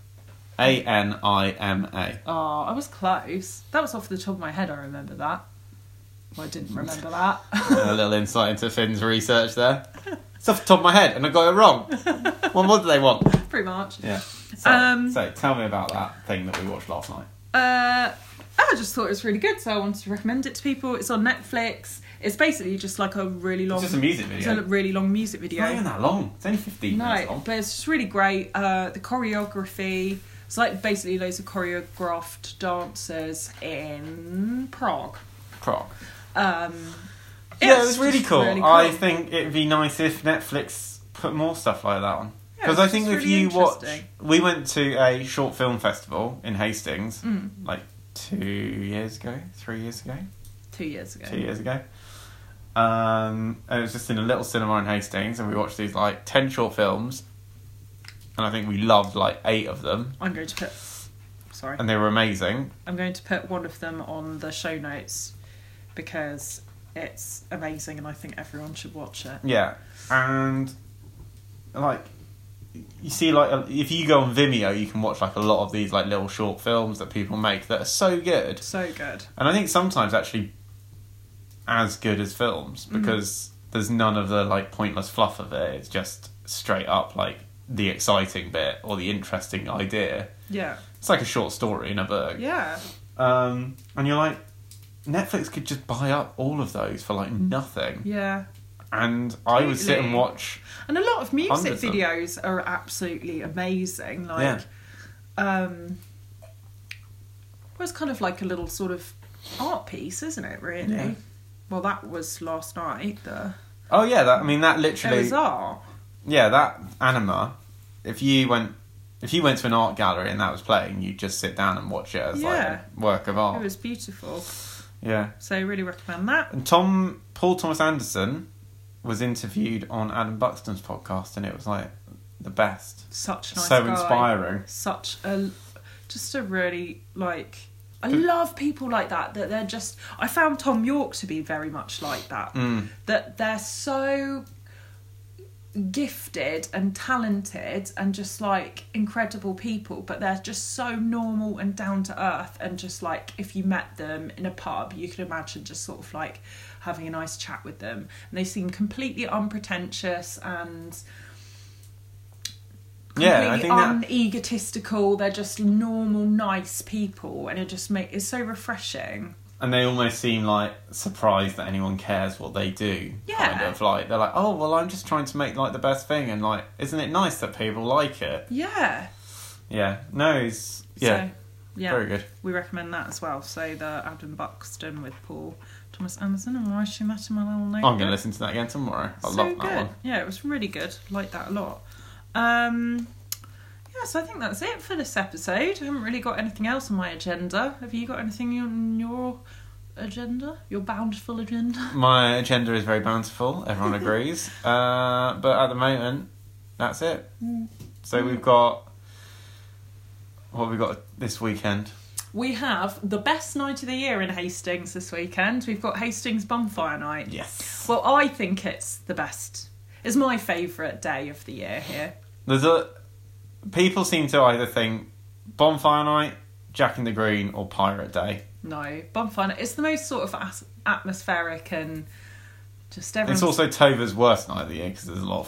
[SPEAKER 2] A N I M A.
[SPEAKER 1] Oh, I was close. That was off the top of my head. I remember that. Well, I didn't remember that. [LAUGHS]
[SPEAKER 2] A little insight into Finn's research there. It's off the top of my head, and I got it wrong. well, what do they want?
[SPEAKER 1] Pretty much.
[SPEAKER 2] Yeah. So,
[SPEAKER 1] Um,
[SPEAKER 2] so tell me about that thing that we watched last night.
[SPEAKER 1] Uh, I just thought it was really good, so I wanted to recommend it to people. It's on Netflix. It's basically just like a really long,
[SPEAKER 2] It's just a music video.
[SPEAKER 1] it's a really long music
[SPEAKER 2] It's not even
[SPEAKER 1] video.
[SPEAKER 2] that long. It's only 15 minutes
[SPEAKER 1] No,
[SPEAKER 2] long.
[SPEAKER 1] but it's just really great. Uh, the choreography. It's like basically loads of choreographed dancers in Prague.
[SPEAKER 2] Croc.
[SPEAKER 1] Um,
[SPEAKER 2] Yeah, it
[SPEAKER 1] it's
[SPEAKER 2] was really
[SPEAKER 1] just
[SPEAKER 2] cool.
[SPEAKER 1] really
[SPEAKER 2] I think it'd be nice if Netflix put more stuff like that on.
[SPEAKER 1] Yeah, it's
[SPEAKER 2] Because I think
[SPEAKER 1] just
[SPEAKER 2] if
[SPEAKER 1] really
[SPEAKER 2] you watch,
[SPEAKER 1] interesting.
[SPEAKER 2] we went to a short film festival in Hastings
[SPEAKER 1] Mm.
[SPEAKER 2] like two years ago, three years ago,
[SPEAKER 1] two years ago.
[SPEAKER 2] two years ago. Um, and it was just in a little cinema in Hastings, and we watched these like 10 short films, and I think we loved like eight of them,
[SPEAKER 1] I'm going to put. Sorry.
[SPEAKER 2] and they were amazing.
[SPEAKER 1] I'm going to put one of them on the show notes because it's amazing and I think everyone should watch it.
[SPEAKER 2] Yeah, and like you see, like if you go on Vimeo, you can watch like a lot of these like little short films that people make that are so good,
[SPEAKER 1] So good.
[SPEAKER 2] and I think sometimes actually as good as films
[SPEAKER 1] Mm-hmm.
[SPEAKER 2] because there's none of the like pointless fluff of it. It's just straight up like the exciting bit or the interesting idea.
[SPEAKER 1] Yeah.
[SPEAKER 2] It's like a short story in a book.
[SPEAKER 1] Yeah.
[SPEAKER 2] Um, and you're like, Netflix could just buy up all of those for like nothing,
[SPEAKER 1] Yeah.
[SPEAKER 2] and I would sit and
[SPEAKER 1] Totally.
[SPEAKER 2] watch.
[SPEAKER 1] And a lot of music
[SPEAKER 2] Hundreds of them.
[SPEAKER 1] videos are absolutely amazing. Like um well, it's kind of like a little sort of art piece, isn't it, really?
[SPEAKER 2] Yeah.
[SPEAKER 1] Well that was last night, the
[SPEAKER 2] Oh yeah, that I mean that
[SPEAKER 1] it
[SPEAKER 2] literally.
[SPEAKER 1] was art.
[SPEAKER 2] Yeah, that anima. If you went, if you went to an art gallery and that was playing, you'd just sit down and watch it as like
[SPEAKER 1] Yeah.
[SPEAKER 2] a work of
[SPEAKER 1] It
[SPEAKER 2] art.
[SPEAKER 1] was beautiful.
[SPEAKER 2] Yeah.
[SPEAKER 1] So really recommend that.
[SPEAKER 2] And Tom Paul Thomas Anderson was interviewed on Adam Buxton's podcast, and it was like the best,
[SPEAKER 1] Such a nice
[SPEAKER 2] so
[SPEAKER 1] guy.
[SPEAKER 2] inspiring.
[SPEAKER 1] such a just a really like I
[SPEAKER 2] Good.
[SPEAKER 1] love people like that that they're just I found Tom York to be very much like that
[SPEAKER 2] Mm.
[SPEAKER 1] that they're so gifted and talented and just like incredible people but they're just so normal and down to earth and just like if you met them in a pub you could imagine just sort of like having a nice chat with them and they seem completely unpretentious and
[SPEAKER 2] Yeah,
[SPEAKER 1] completely
[SPEAKER 2] I think that.
[SPEAKER 1] unegotistical. They're just normal, nice people, and it just make it's so refreshing.
[SPEAKER 2] And they almost seem like surprised that anyone cares what they do.
[SPEAKER 1] Yeah.
[SPEAKER 2] Kind of like they're like, oh well, I'm just trying to make like the best thing, and like, isn't it nice that people like it?
[SPEAKER 1] Yeah.
[SPEAKER 2] Yeah. No, it's yeah,
[SPEAKER 1] So, yeah.
[SPEAKER 2] very good.
[SPEAKER 1] We recommend that as well. So the Adam Buxton with Paul Thomas Anderson. I'm writing that in my little note.
[SPEAKER 2] I'm going to listen to that again tomorrow. I
[SPEAKER 1] so
[SPEAKER 2] love that
[SPEAKER 1] good.
[SPEAKER 2] one.
[SPEAKER 1] Yeah, it was really good. Like that a lot. Um, yeah, so I think that's it for this episode. I haven't really got anything else on my agenda. Have you got anything on your agenda? Your bountiful agenda? [LAUGHS]
[SPEAKER 2] My agenda is very bountiful. Everyone agrees. Uh, but at the moment, that's it. So we've got what have we got this weekend.
[SPEAKER 1] We have the best night of the year in Hastings this weekend. We've got Hastings Bonfire Night.
[SPEAKER 2] Yes.
[SPEAKER 1] Well, I think it's the best. It's my favourite day of the year here.
[SPEAKER 2] There's a people seem to either think bonfire night, Jack in the Green, or Pirate Day.
[SPEAKER 1] No, Bonfire Night. It's the most sort of as- atmospheric and just everyone's
[SPEAKER 2] It's also Tova's worst night of the year because there's a lot of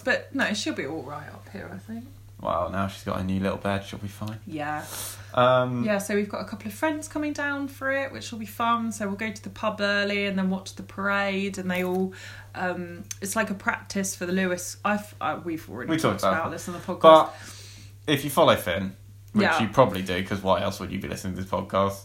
[SPEAKER 1] fireworks. But no, she'll be all right up here, I think.
[SPEAKER 2] Wow, now she's got a new little bed. She'll be fine.
[SPEAKER 1] Yeah.
[SPEAKER 2] Um,
[SPEAKER 1] Yeah, so we've got a couple of friends coming down for it, which will be fun. So we'll go to the pub early and then watch the parade, and they all. Um, it's like a practice for the Lewis. I've, I, we've already
[SPEAKER 2] We
[SPEAKER 1] talked
[SPEAKER 2] talked
[SPEAKER 1] about,
[SPEAKER 2] about
[SPEAKER 1] this on the podcast.
[SPEAKER 2] But if you follow Finn, which
[SPEAKER 1] Yeah.
[SPEAKER 2] you probably do because why else would you be listening to this podcast?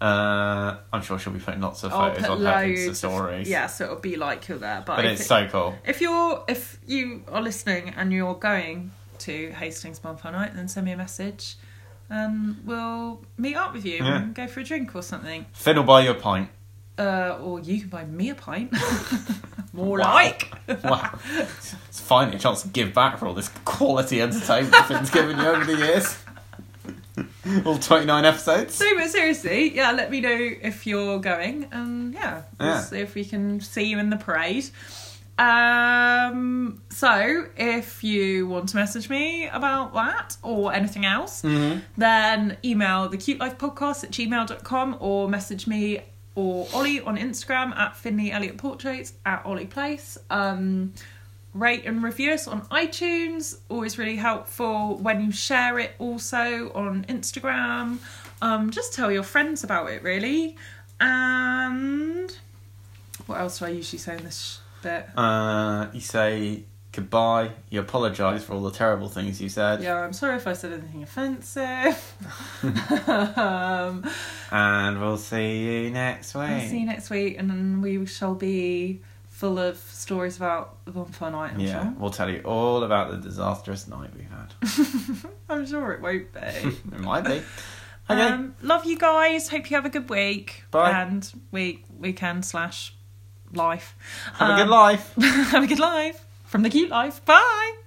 [SPEAKER 2] Uh, I'm sure she'll be putting lots of
[SPEAKER 1] I'll
[SPEAKER 2] photos
[SPEAKER 1] put
[SPEAKER 2] on her
[SPEAKER 1] loads.
[SPEAKER 2] Insta
[SPEAKER 1] of-
[SPEAKER 2] stories.
[SPEAKER 1] Yeah, so it'll be like you're there. But,
[SPEAKER 2] but
[SPEAKER 1] I
[SPEAKER 2] it's
[SPEAKER 1] thi-
[SPEAKER 2] so cool.
[SPEAKER 1] if you're if you are listening and you're going to Hastings Bonfire Night, then send me a message. and we'll meet up with you
[SPEAKER 2] Yeah.
[SPEAKER 1] and go for a drink or something.
[SPEAKER 2] Finn will buy you a pint.
[SPEAKER 1] Uh, or you can buy me a pint. [LAUGHS] More
[SPEAKER 2] Wow.
[SPEAKER 1] like.
[SPEAKER 2] Wow, it's finally a chance to give back for all this quality entertainment Finn's given you over the years. [LAUGHS] all 29 episodes.
[SPEAKER 1] [LAUGHS] So, but seriously, yeah, let me know if you're going, and yeah, we'll
[SPEAKER 2] Yeah.
[SPEAKER 1] see if we can see you in the parade. Um, so if you want to message me about that or anything else, then email the cute life podcast at gmail.com or message me or Ollie on Instagram at Finley Elliott Portraits at Ollie Place. Um, rate and review us on iTunes. Always really helpful when you share it also on Instagram. Um, just tell your friends about it, really. And what else do I usually say in this sh- bit?
[SPEAKER 2] Uh, you say goodbye. You apologise for all the terrible things you said.
[SPEAKER 1] Yeah, I'm sorry if I said anything
[SPEAKER 2] [LAUGHS]
[SPEAKER 1] offensive. um,
[SPEAKER 2] And we'll see you next week.
[SPEAKER 1] I'll see you next week, and then we shall be full of stories about the bonfire night. I'm
[SPEAKER 2] Yeah,
[SPEAKER 1] sure.
[SPEAKER 2] we'll tell you all about the disastrous night we've had.
[SPEAKER 1] I'm sure it won't be.
[SPEAKER 2] it might
[SPEAKER 1] [LAUGHS]
[SPEAKER 2] be. [LAUGHS] Okay.
[SPEAKER 1] Um, love you guys. Hope you have a good week.
[SPEAKER 2] Bye.
[SPEAKER 1] And week weekend slash life.
[SPEAKER 2] Have a
[SPEAKER 1] Um, [LAUGHS]
[SPEAKER 2] good life.
[SPEAKER 1] have a good life from the cute life. Bye.